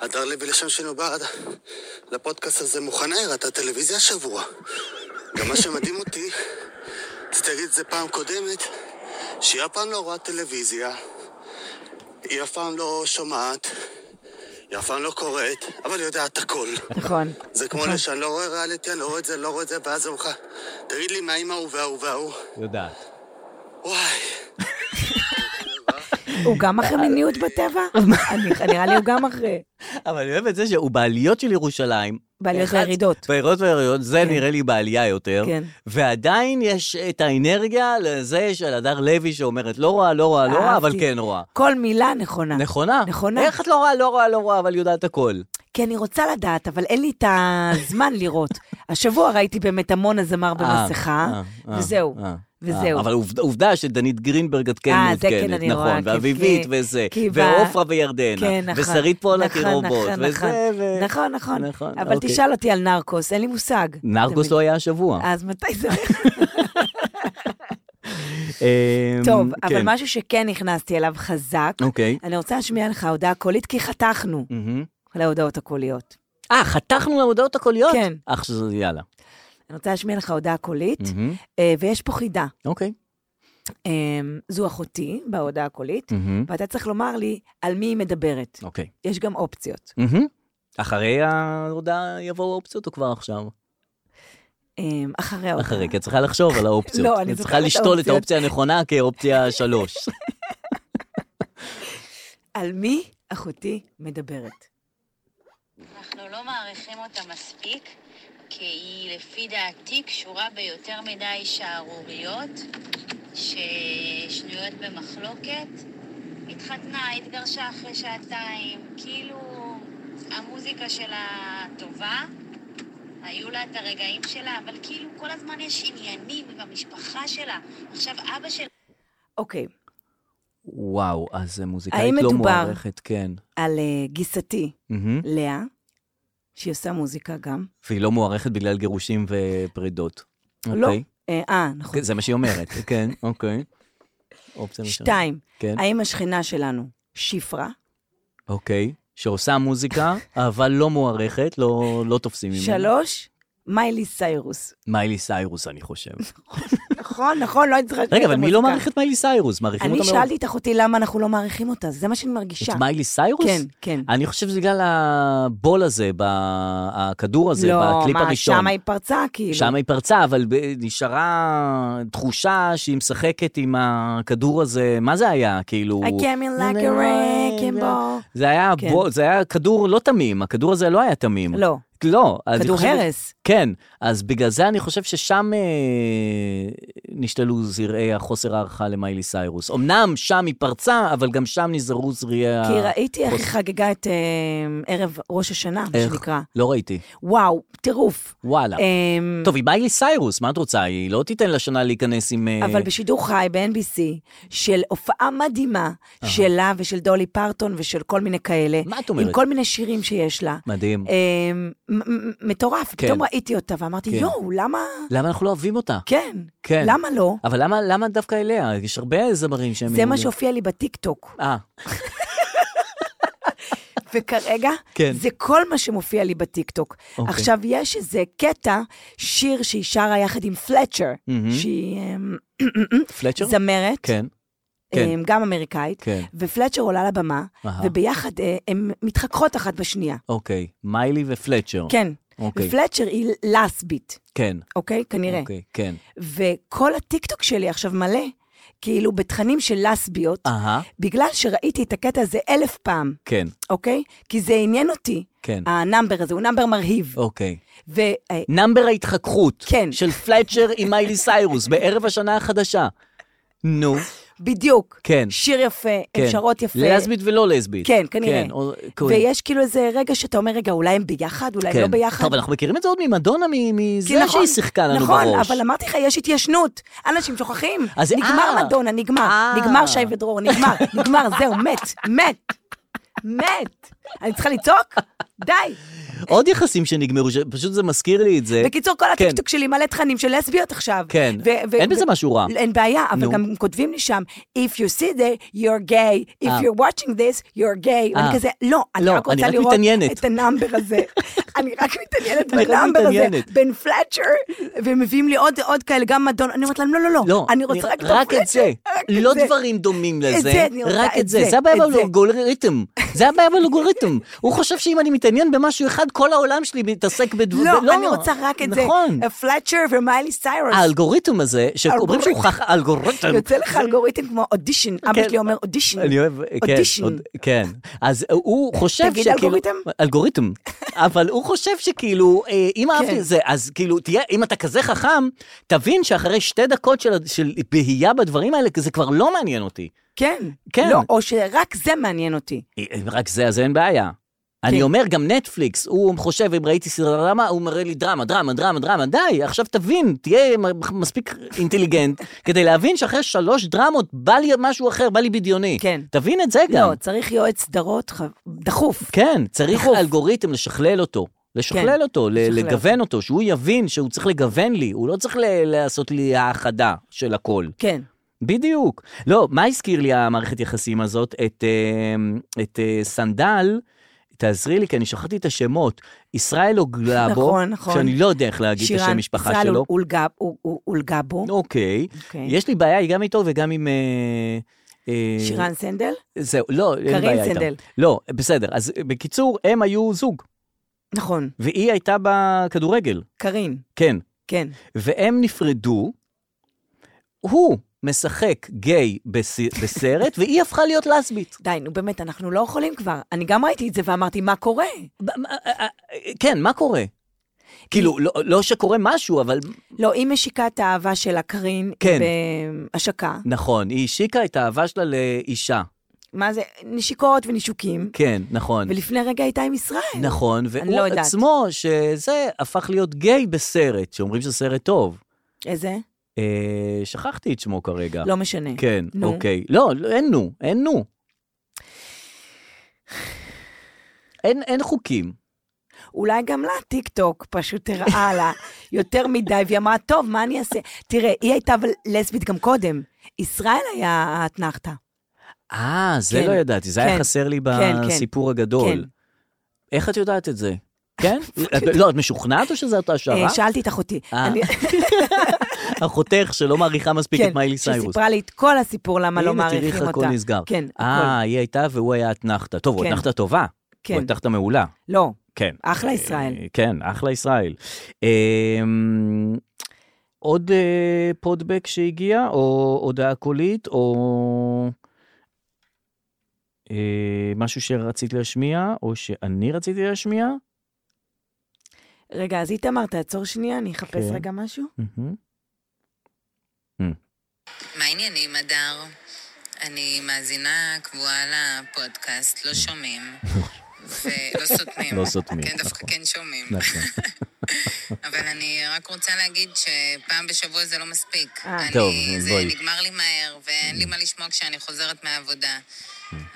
Speaker 12: הדר לוי לשם שינוי בעד. לפודקאסט הזה מוכנה הראתה טלוויזיה השבוע. גם מה שמדהים אותי, רציתי להגיד את זה פעם קודמת, שהיא אף פעם לא רואה טלוויזיה, היא אף פעם לא שומעת, היא אף פעם לא קוראת, אבל היא יודעת הכל.
Speaker 3: נכון.
Speaker 12: זה כמו אלה שאני לא רואה ריאליטי, אני לא רואה את זה, לא רואה את זה, ואז אומרים לך, תגיד לי מה עם ההוא וההוא וההוא.
Speaker 2: יודעת.
Speaker 12: וואי.
Speaker 3: הוא גם אחרי מיניות בטבע? אני- נראה לי הוא גם אחרי.
Speaker 2: אבל אני אוהב את זה שהוא בעליות של ירושלים.
Speaker 3: בעליות
Speaker 2: אחד-
Speaker 3: והירידות.
Speaker 2: בעליות והירידות, זה נראה לי בעלייה יותר.
Speaker 3: כן.
Speaker 2: ועדיין יש את האנרגיה לזה של הדר לוי שאומרת, לא רואה, לא רואה, לא רואה, אבל
Speaker 3: אהבתי.
Speaker 2: כן רואה.
Speaker 3: כל מילה נכונה.
Speaker 2: נכונה?
Speaker 3: נכונה.
Speaker 2: איך את לא רואה, לא רואה, לא רואה, אבל יודעת הכל.
Speaker 3: כי אני רוצה לדעת, אבל אין לי את הזמן לראות. השבוע ראיתי באמת המון הזמר
Speaker 2: אה,
Speaker 3: במסכה,
Speaker 2: אה,
Speaker 3: וזהו.
Speaker 2: אה, אה.
Speaker 3: וזהו.
Speaker 2: אבל עובד- עובדה שדנית גרינברג את כן
Speaker 3: אה, זה כן
Speaker 2: מעודכנת,
Speaker 3: אני רואה,
Speaker 2: נכון,
Speaker 3: כן,
Speaker 2: ואביבית
Speaker 3: כי-
Speaker 2: וזה,
Speaker 3: כי ב-
Speaker 2: ועופרה וירדנה,
Speaker 3: כן, נכון.
Speaker 2: ושרית פולה
Speaker 3: נכון,
Speaker 2: כרובוט,
Speaker 3: נכון,
Speaker 2: וזה, ו...
Speaker 3: נכון, נכון,
Speaker 2: נכון,
Speaker 3: נכון. אבל
Speaker 2: אוקיי.
Speaker 3: תשאל אותי על נרקוס, אין לי מושג.
Speaker 2: נרקוס לא היה השבוע.
Speaker 3: אז מתי זה...
Speaker 2: אמ,
Speaker 3: אה, טוב, אבל
Speaker 2: כן.
Speaker 3: משהו שכן נכנסתי אליו חזק,
Speaker 2: אוקיי.
Speaker 3: אני רוצה להשמיע לך הודעה קולית, כי חתכנו
Speaker 2: מהמם.
Speaker 3: להודעות הקוליות.
Speaker 2: אה, חתכנו להודעות הקוליות?
Speaker 3: כן.
Speaker 2: אח שזה, יאללה.
Speaker 3: אני רוצה להשמיע לך הודעה קולית,
Speaker 2: מהמם.
Speaker 3: אה, ויש פה חידה.
Speaker 2: אוקיי.
Speaker 3: אמ, זו אחותי בהודעה הקולית,
Speaker 2: מהמם.
Speaker 3: ואתה צריך לומר לי על מי היא מדברת.
Speaker 2: אוקיי.
Speaker 3: יש גם אופציות.
Speaker 2: מהמם. אחרי ההודעה יבואו אופציות או כבר עכשיו?
Speaker 3: אמ, אחרי ההודעה.
Speaker 2: אחרי, כי את צריכה לחשוב על האופציות.
Speaker 3: לא, אני
Speaker 2: את צריכה
Speaker 3: זוכרת
Speaker 2: לשתול את
Speaker 3: האופציות.
Speaker 2: האופציה הנכונה כאופציה שלוש.
Speaker 3: על מי אחותי מדברת.
Speaker 13: אנחנו לא מעריכים אותה מספיק, כי היא לפי דעתי קשורה ביותר מדי שערוריות ששנויות במחלוקת. התחתנה, התגרשה אחרי שעתיים, כאילו המוזיקה שלה טובה, היו לה את הרגעים שלה, אבל כאילו כל הזמן יש עניינים עם המשפחה שלה. עכשיו אבא שלה...
Speaker 3: אוקיי,
Speaker 2: וואו, אז מוזיקאית
Speaker 3: האם
Speaker 2: לא
Speaker 3: מדובר-
Speaker 2: מוערכת, כן.
Speaker 3: על אה, גיסתי,
Speaker 2: מהמם.
Speaker 3: לאה, שהיא עושה מוזיקה גם.
Speaker 2: והיא לא מוערכת בגלל גירושים ופרידות.
Speaker 3: לא.
Speaker 2: אוקיי.
Speaker 3: אה, אה, נכון.
Speaker 2: כן, זה מה שהיא אומרת, כן, אוקיי. אופציה ראשונה.
Speaker 3: שתיים,
Speaker 2: כן,
Speaker 3: האם השכנה שלנו, שפרה,
Speaker 2: אוקיי. שעושה מוזיקה, אבל לא מוערכת, לא לא תופסים ממנה.
Speaker 3: שלוש, מיילי סיירוס.
Speaker 2: מיילי סיירוס, אני חושב.
Speaker 3: נכון, נכון, לא הייתי צריכה... לשאול
Speaker 2: רגע,
Speaker 3: את
Speaker 2: אבל מי לא
Speaker 3: המוזיקה.
Speaker 2: מעריך את מיילי סיירוס? מעריכים אותה
Speaker 3: אני
Speaker 2: מאוד.
Speaker 3: שאלתי את אחותי למה אנחנו לא מעריכים אותה, זה מה שאני מרגישה.
Speaker 2: את מיילי סיירוס?
Speaker 3: כן, כן.
Speaker 2: אני חושב שזה בגלל הבול הזה, ב- הכדור הזה, בקליפ
Speaker 3: לא, מה,
Speaker 2: הראשון.
Speaker 3: שמה היא פרצה, כאילו.
Speaker 2: שם היא פרצה, אבל ב- נשארה תחושה שהיא משחקת עם הכדור הזה, מה זה היה? כאילו...
Speaker 3: I came in like a wrecking ball.
Speaker 2: זה היה,
Speaker 3: כן.
Speaker 2: בו, זה היה כדור לא תמים, הכדור הזה לא היה תמים.
Speaker 3: לא.
Speaker 2: לא. אז אני
Speaker 3: כדור
Speaker 2: חושב-
Speaker 3: הרס.
Speaker 2: כן, אז בגלל זה אני חושב ששם אה, נשתלו זרעי החוסר הערכה למיילי סיירוס. אמנם שם היא פרצה, אבל גם שם נזהרו זרעי ה...
Speaker 3: כי ראיתי איך היא
Speaker 2: חוס-
Speaker 3: חגגה את אה, ערב ראש השנה, מה
Speaker 2: איך?
Speaker 3: שנקרא.
Speaker 2: לא ראיתי.
Speaker 3: וואו, טירוף.
Speaker 2: וואלה.
Speaker 3: אמ,
Speaker 2: טוב, היא מיילי סיירוס, מה את רוצה? היא לא תיתן לשנה להיכנס עם... אה,
Speaker 3: אבל בשידור חי ב-NBC, של הופעה מדהימה שלה ושל דולי פרטון ושל כל מיני כאלה. מה
Speaker 2: את אומרת?
Speaker 3: עם כל מיני שירים שיש לה.
Speaker 2: מדהים.
Speaker 3: אה, מ- מ- מטורף,
Speaker 2: כן.
Speaker 3: פתאום ראיתי אותה ואמרתי,
Speaker 2: כן.
Speaker 3: יואו, למה...
Speaker 2: למה אנחנו לא אוהבים אותה?
Speaker 3: כן.
Speaker 2: כן.
Speaker 3: למה לא?
Speaker 2: אבל למה, למה דווקא אליה? יש הרבה זמרים שהם...
Speaker 3: זה מה
Speaker 2: מעולים.
Speaker 3: שהופיע לי בטיקטוק,
Speaker 2: אה,
Speaker 3: וכרגע
Speaker 2: כן.
Speaker 3: זה כל מה שמופיע לי בטיקטוק.
Speaker 2: אוקיי.
Speaker 3: עכשיו, יש איזה קטע, שיר שהיא שרה יחד עם פלצ'ר,
Speaker 2: מהמם.
Speaker 3: שהיא אמ,
Speaker 2: פלצ'ר?
Speaker 3: זמרת,
Speaker 2: כן. כן.
Speaker 3: אמ, גם אמריקאית,
Speaker 2: כן.
Speaker 3: ופלצ'ר עולה לבמה,
Speaker 2: אהה.
Speaker 3: וביחד אה, הן מתחככות אחת בשנייה.
Speaker 2: אוקיי. מיילי ופלצ'ר.
Speaker 3: כן.
Speaker 2: אוקיי.
Speaker 3: ופלצ'ר היא לסבית,
Speaker 2: כן.
Speaker 3: אוקיי? כנראה.
Speaker 2: אוקיי, כן.
Speaker 3: וכל הטיקטוק שלי עכשיו מלא, כאילו בתכנים של לסביות,
Speaker 2: אהה.
Speaker 3: בגלל שראיתי את הקטע הזה אלף פעם,
Speaker 2: כן.
Speaker 3: אוקיי? כי זה עניין אותי,
Speaker 2: כן.
Speaker 3: הנאמבר הזה, הוא נאמבר מרהיב.
Speaker 2: אוקיי.
Speaker 3: ו... אה,
Speaker 2: נאמבר ההתחככות.
Speaker 3: כן.
Speaker 2: של פלצ'ר עם מיילי סיירוס בערב השנה החדשה. נו.
Speaker 3: בדיוק.
Speaker 2: כן.
Speaker 3: שיר יפה,
Speaker 2: כן.
Speaker 3: הן שרות יפה.
Speaker 2: לסבית ולא לסבית.
Speaker 3: כן, כנראה.
Speaker 2: כן, או-
Speaker 3: ויש כאילו איזה רגע שאתה אומר, רגע, אולי הם ביחד, אולי הם
Speaker 2: כן.
Speaker 3: לא ביחד.
Speaker 2: טוב, אנחנו מכירים את זה עוד ממדונה, מ- מזה
Speaker 3: כי
Speaker 2: שהיא שיחקה לנו
Speaker 3: נכון,
Speaker 2: בראש.
Speaker 3: נכון, אבל אמרתי לך, יש התיישנות. אנשים שוכחים.
Speaker 2: אז-
Speaker 3: נגמר
Speaker 2: אה.
Speaker 3: מדונה, נגמר. נגמר שי ודרור, נגמר, נגמר, זהו, מת, מת, מת. אני צריכה לצעוק? די.
Speaker 2: עוד יחסים שנגמרו, שפשוט זה מזכיר לי את זה.
Speaker 3: בקיצור, כל
Speaker 2: כן.
Speaker 3: הטיקטוק שלי מלא תכנים של לסביות עכשיו.
Speaker 2: כן. אין בזה משהו רע.
Speaker 3: אין בעיה, אבל
Speaker 2: נו.
Speaker 3: גם כותבים לי שם, If you see that, you're gay. If
Speaker 2: אה.
Speaker 3: you're watching this, you're
Speaker 2: אה.
Speaker 3: gay. ואני כזה, לא, אני
Speaker 2: לא,
Speaker 3: רק
Speaker 2: אני
Speaker 3: רוצה
Speaker 2: רק
Speaker 3: לראות
Speaker 2: מתעניינת."
Speaker 3: את הנאמבר הזה. אני רק מתעניינת
Speaker 2: אני רק
Speaker 3: בנאמבר הזה,
Speaker 2: מתעניינת.
Speaker 3: בין פלאצ'ר, ומביאים לי עוד עוד כאלה, גם מדון. אני אומרת להם, לא, לא, לא.
Speaker 2: לא,
Speaker 3: אני רוצה רק את
Speaker 2: רק את
Speaker 3: הפלאצ'ר."
Speaker 2: זה.
Speaker 3: רק את
Speaker 2: לא
Speaker 3: זה.
Speaker 2: דברים דומים
Speaker 3: את
Speaker 2: לזה,
Speaker 3: זה, אני רוצה
Speaker 2: רק את
Speaker 3: את
Speaker 2: זה.
Speaker 3: זה,
Speaker 2: זה הבעיה
Speaker 3: את זה.
Speaker 2: באלגוריתם. זה הבעיה באלגוריתם. הוא חושב שאם אני מתעניין במשהו אחד, כל העולם שלי מתעסק בדברים.
Speaker 3: לא, אני רוצה רק את זה.
Speaker 2: נכון.
Speaker 3: פלאצ'ר ומיילי סיירוס.
Speaker 2: האלגוריתם הזה, שאומרים שהוא חכ... אלגוריתם.
Speaker 3: יוצא לך אלגוריתם כמו אודישן, אבא שלי אומר אודישן.
Speaker 2: כן. אני אוהב, כן,
Speaker 3: אודישן.
Speaker 2: עוד- כן. אז הוא חושב
Speaker 3: תגיד
Speaker 2: שכאילו...
Speaker 3: אלגוריתם?
Speaker 2: אלגוריתם. אבל הוא חושב שכאילו, אה, אם אהבתי
Speaker 3: כן.
Speaker 2: את זה, אז כאילו, תהיה, אם אתה כזה חכם, תבין שאחרי שתי דקות של- של בהייה בדברים האלה, זה כבר לא מעניין אותי.
Speaker 3: כן.
Speaker 2: כן.
Speaker 3: לא, או שרק זה מעניין אותי.
Speaker 2: אם רק זה, אז אין בעיה.
Speaker 3: כן.
Speaker 2: אני אומר, גם נטפליקס, הוא חושב, אם ראיתי סדרה דרמה, הוא מראה לי דרמה, דרמה, דרמה, דרמה, די, עכשיו תבין, תהיה מ- מספיק אינטליגנט, כדי להבין שאחרי שלוש דרמות בא לי משהו אחר, בא לי בדיוני. כן. תבין את זה גם.
Speaker 3: לא, צריך יועץ סדרות ח- דחוף.
Speaker 2: כן, צריך אלגוריתם לשכלל אותו. לשכלל
Speaker 3: כן,
Speaker 2: אותו, ל-
Speaker 3: לשכלל
Speaker 2: לגוון אותו, שהוא יבין שהוא צריך לגוון לי, הוא לא צריך ל- לעשות לי האחדה של הכל.
Speaker 3: כן.
Speaker 2: בדיוק. לא, מה הזכיר לי המערכת יחסים הזאת? את, אה, את אה, סנדל, תעזרי לי, כי אני שכחתי את השמות. ישראל אוגלבו,
Speaker 3: נכון, נכון.
Speaker 2: שאני לא יודע איך להגיד את השם
Speaker 3: שירן
Speaker 2: משפחה
Speaker 3: ישראל
Speaker 2: שלו.
Speaker 3: אולגב- אול- אול- אולגבו,
Speaker 2: אוקיי.
Speaker 3: אוקיי.
Speaker 2: יש לי בעיה גם איתו וגם עם... אה, אה,
Speaker 3: שירן סנדל.
Speaker 2: זהו, לא, אין לי
Speaker 3: קארין
Speaker 2: בעיה איתם.
Speaker 3: סנדל.
Speaker 2: לא, בסדר. אז בקיצור, הם היו זוג.
Speaker 3: נכון.
Speaker 2: והיא הייתה בכדורגל.
Speaker 3: קארין.
Speaker 2: כן.
Speaker 3: כן.
Speaker 2: והם נפרדו, הוא משחק גיי בס... בסרט, והיא הפכה להיות לסבית.
Speaker 3: די, נו באמת, אנחנו לא יכולים כבר. אני גם ראיתי את זה ואמרתי, מה קורה?
Speaker 2: כן, מה קורה? כאילו, לא, לא שקורה משהו, אבל
Speaker 3: לא, היא משיקה את האהבה שלה, קארין,
Speaker 2: כן.
Speaker 3: בהשקה.
Speaker 2: נכון, היא השיקה את האהבה שלה לאישה.
Speaker 3: מה זה, נשיקות ונישוקים.
Speaker 2: כן, נכון.
Speaker 3: ולפני רגע הייתה עם ישראל.
Speaker 2: נכון,
Speaker 3: אני
Speaker 2: והוא
Speaker 3: לא
Speaker 2: לא
Speaker 3: יודעת.
Speaker 2: עצמו, שזה הפך להיות גיי בסרט, שאומרים שזה סרט טוב.
Speaker 3: איזה?
Speaker 2: אה, שכחתי את שמו כרגע.
Speaker 3: לא משנה.
Speaker 2: כן,
Speaker 3: נו.
Speaker 2: אוקיי. לא, לא, אין נו, אין נו. אין, אין חוקים.
Speaker 3: אולי גם לה טיק טוק פשוט הראה לה יותר מדי, והיא אמרה, טוב, מה אני אעשה? תראה, היא הייתה אבל לסבית גם קודם. ישראל היה האתנחתא.
Speaker 2: אה, זה
Speaker 3: כן.
Speaker 2: לא ידעתי, זה היה
Speaker 3: כן.
Speaker 2: חסר לי
Speaker 3: כן, כן.
Speaker 2: בסיפור
Speaker 3: כן.
Speaker 2: הגדול. איך את יודעת את זה? כן? את- לא, את משוכנעת או שזו אותה
Speaker 3: אה,
Speaker 2: השערה?
Speaker 3: שאלתי את אחותי.
Speaker 2: אה.
Speaker 3: אני-
Speaker 2: אחותך שלא מעריכה מספיק
Speaker 3: כן,
Speaker 2: את מיילי סיירוס.
Speaker 3: שסיפרה לי את כל הסיפור למה לא מעריכים אותה.
Speaker 2: הנה, תראי איך הכל נסגר.
Speaker 3: כן,
Speaker 2: אה,
Speaker 3: הכל.
Speaker 2: היא הייתה והוא היה אתנחתא. טוב, הוא
Speaker 3: כן.
Speaker 2: אתנחתא טובה.
Speaker 3: כן.
Speaker 2: הוא אתנחתא מעולה.
Speaker 3: לא,
Speaker 2: כן.
Speaker 3: אחלה ישראל.
Speaker 2: אה, כן, אחלה ישראל. אמ, עוד אה, פודבק שהגיע, או הודעה קולית, או אה, משהו שרצית להשמיע, או שאני רציתי להשמיע?
Speaker 3: רגע, אז איתמר, תעצור שנייה, אני אחפש
Speaker 2: כן.
Speaker 3: רגע משהו.
Speaker 2: מהמם.
Speaker 14: מה העניינים, הדר? אני מאזינה קבועה לפודקאסט, לא שומעים. ולא סותמים.
Speaker 2: לא סותמים,
Speaker 14: כן, דווקא
Speaker 2: נכון.
Speaker 14: כן שומעים.
Speaker 2: נכון.
Speaker 14: אבל אני רק רוצה להגיד שפעם בשבוע זה לא מספיק. אני-
Speaker 2: אה. טוב,
Speaker 14: זה
Speaker 2: בואי. Mm.
Speaker 14: נגמר לי מהר, ואין לי מה לשמוע כשאני חוזרת מהעבודה.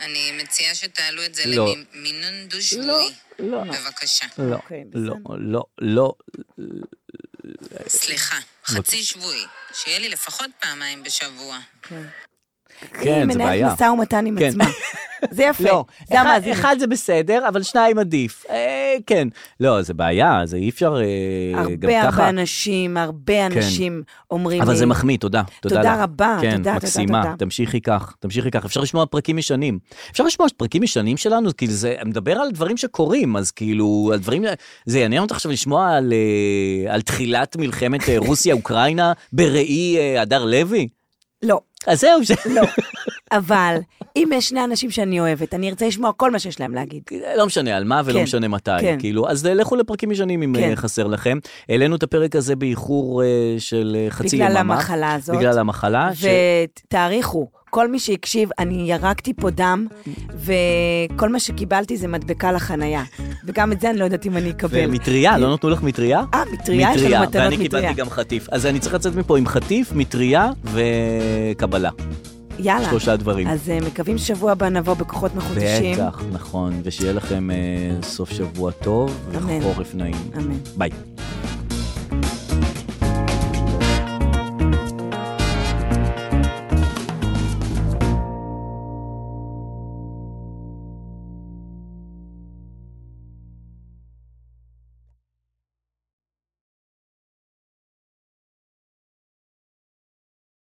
Speaker 14: אני מציעה שתעלו את זה
Speaker 2: לא.
Speaker 14: למינון דו-שבועי.
Speaker 2: לא,
Speaker 14: בבקשה.
Speaker 2: לא,
Speaker 3: אוקיי,
Speaker 2: לא, לא, לא.
Speaker 14: סליחה, חצי שבועי. שיהיה לי לפחות פעמיים בשבוע.
Speaker 2: כן, זה
Speaker 3: היא
Speaker 2: בעיה.
Speaker 3: מנהלת משא ומתן עם
Speaker 2: כן.
Speaker 3: עצמה. זה יפה.
Speaker 2: לא,
Speaker 3: זה
Speaker 2: אחד,
Speaker 3: המאזינים.
Speaker 2: אחד זה בסדר, אבל שניים עדיף. אה, כן. לא, זה בעיה, זה אי אפשר אה, גם
Speaker 3: הרבה
Speaker 2: ככה. כן.
Speaker 3: הרבה אנשים, הרבה אנשים אומרים
Speaker 2: אבל
Speaker 3: לי...
Speaker 2: זה מחמיא, תודה. תודה,
Speaker 3: תודה
Speaker 2: לך.
Speaker 3: רבה,
Speaker 2: כן,
Speaker 3: תודה, תודה,
Speaker 2: מקסימה,
Speaker 3: תודה.
Speaker 2: תמשיכי כך, תמשיכי כך. אפשר לשמוע פרקים ישנים. אפשר לשמוע פרקים ישנים שלנו, כאילו זה, אני מדבר על דברים שקורים, אז כאילו, על דברים, זה יעניין אותך עכשיו לשמוע על, אה, על תחילת מלחמת אה, רוסיה-אוקראינה בראי אה, הדר לוי?
Speaker 3: לא.
Speaker 2: אז זהו, ש...
Speaker 3: לא. אבל אם יש שני אנשים שאני אוהבת, אני ארצה לשמוע כל מה שיש להם להגיד.
Speaker 2: לא משנה על מה ולא
Speaker 3: כן,
Speaker 2: משנה מתי,
Speaker 3: כן.
Speaker 2: כאילו, אז לכו לפרקים ישנים אם
Speaker 3: כן.
Speaker 2: אה, חסר לכם. העלינו את הפרק הזה באיחור אה, של אה, חצי
Speaker 3: בגלל
Speaker 2: יממה.
Speaker 3: המחלה הזאת.
Speaker 2: בגלל המחלה. ש-
Speaker 3: ותעריכו, כל מי שהקשיב, אני ירקתי פה דם, וכל מה שקיבלתי זה מדבקה לחנייה. וגם את זה אני לא יודעת אם אני אקבל.
Speaker 2: ומטריה, לא נתנו לך מטריה?
Speaker 3: אה, מטריה, יש לנו מתנות
Speaker 2: ואני
Speaker 3: מטריה.
Speaker 2: קיבלתי גם חטיף. אז אני צריך לצאת מפה עם חטיף, מטריה וקבלה.
Speaker 3: יאללה.
Speaker 2: שלושה דברים.
Speaker 3: אז אה, מקווים שבוע הבא נבוא בכוחות מחודשים.
Speaker 2: בטח, נכון, ושיהיה לכם אה, סוף שבוע טוב
Speaker 3: אמן.
Speaker 2: וחורף נעים.
Speaker 3: אמן.
Speaker 2: ביי.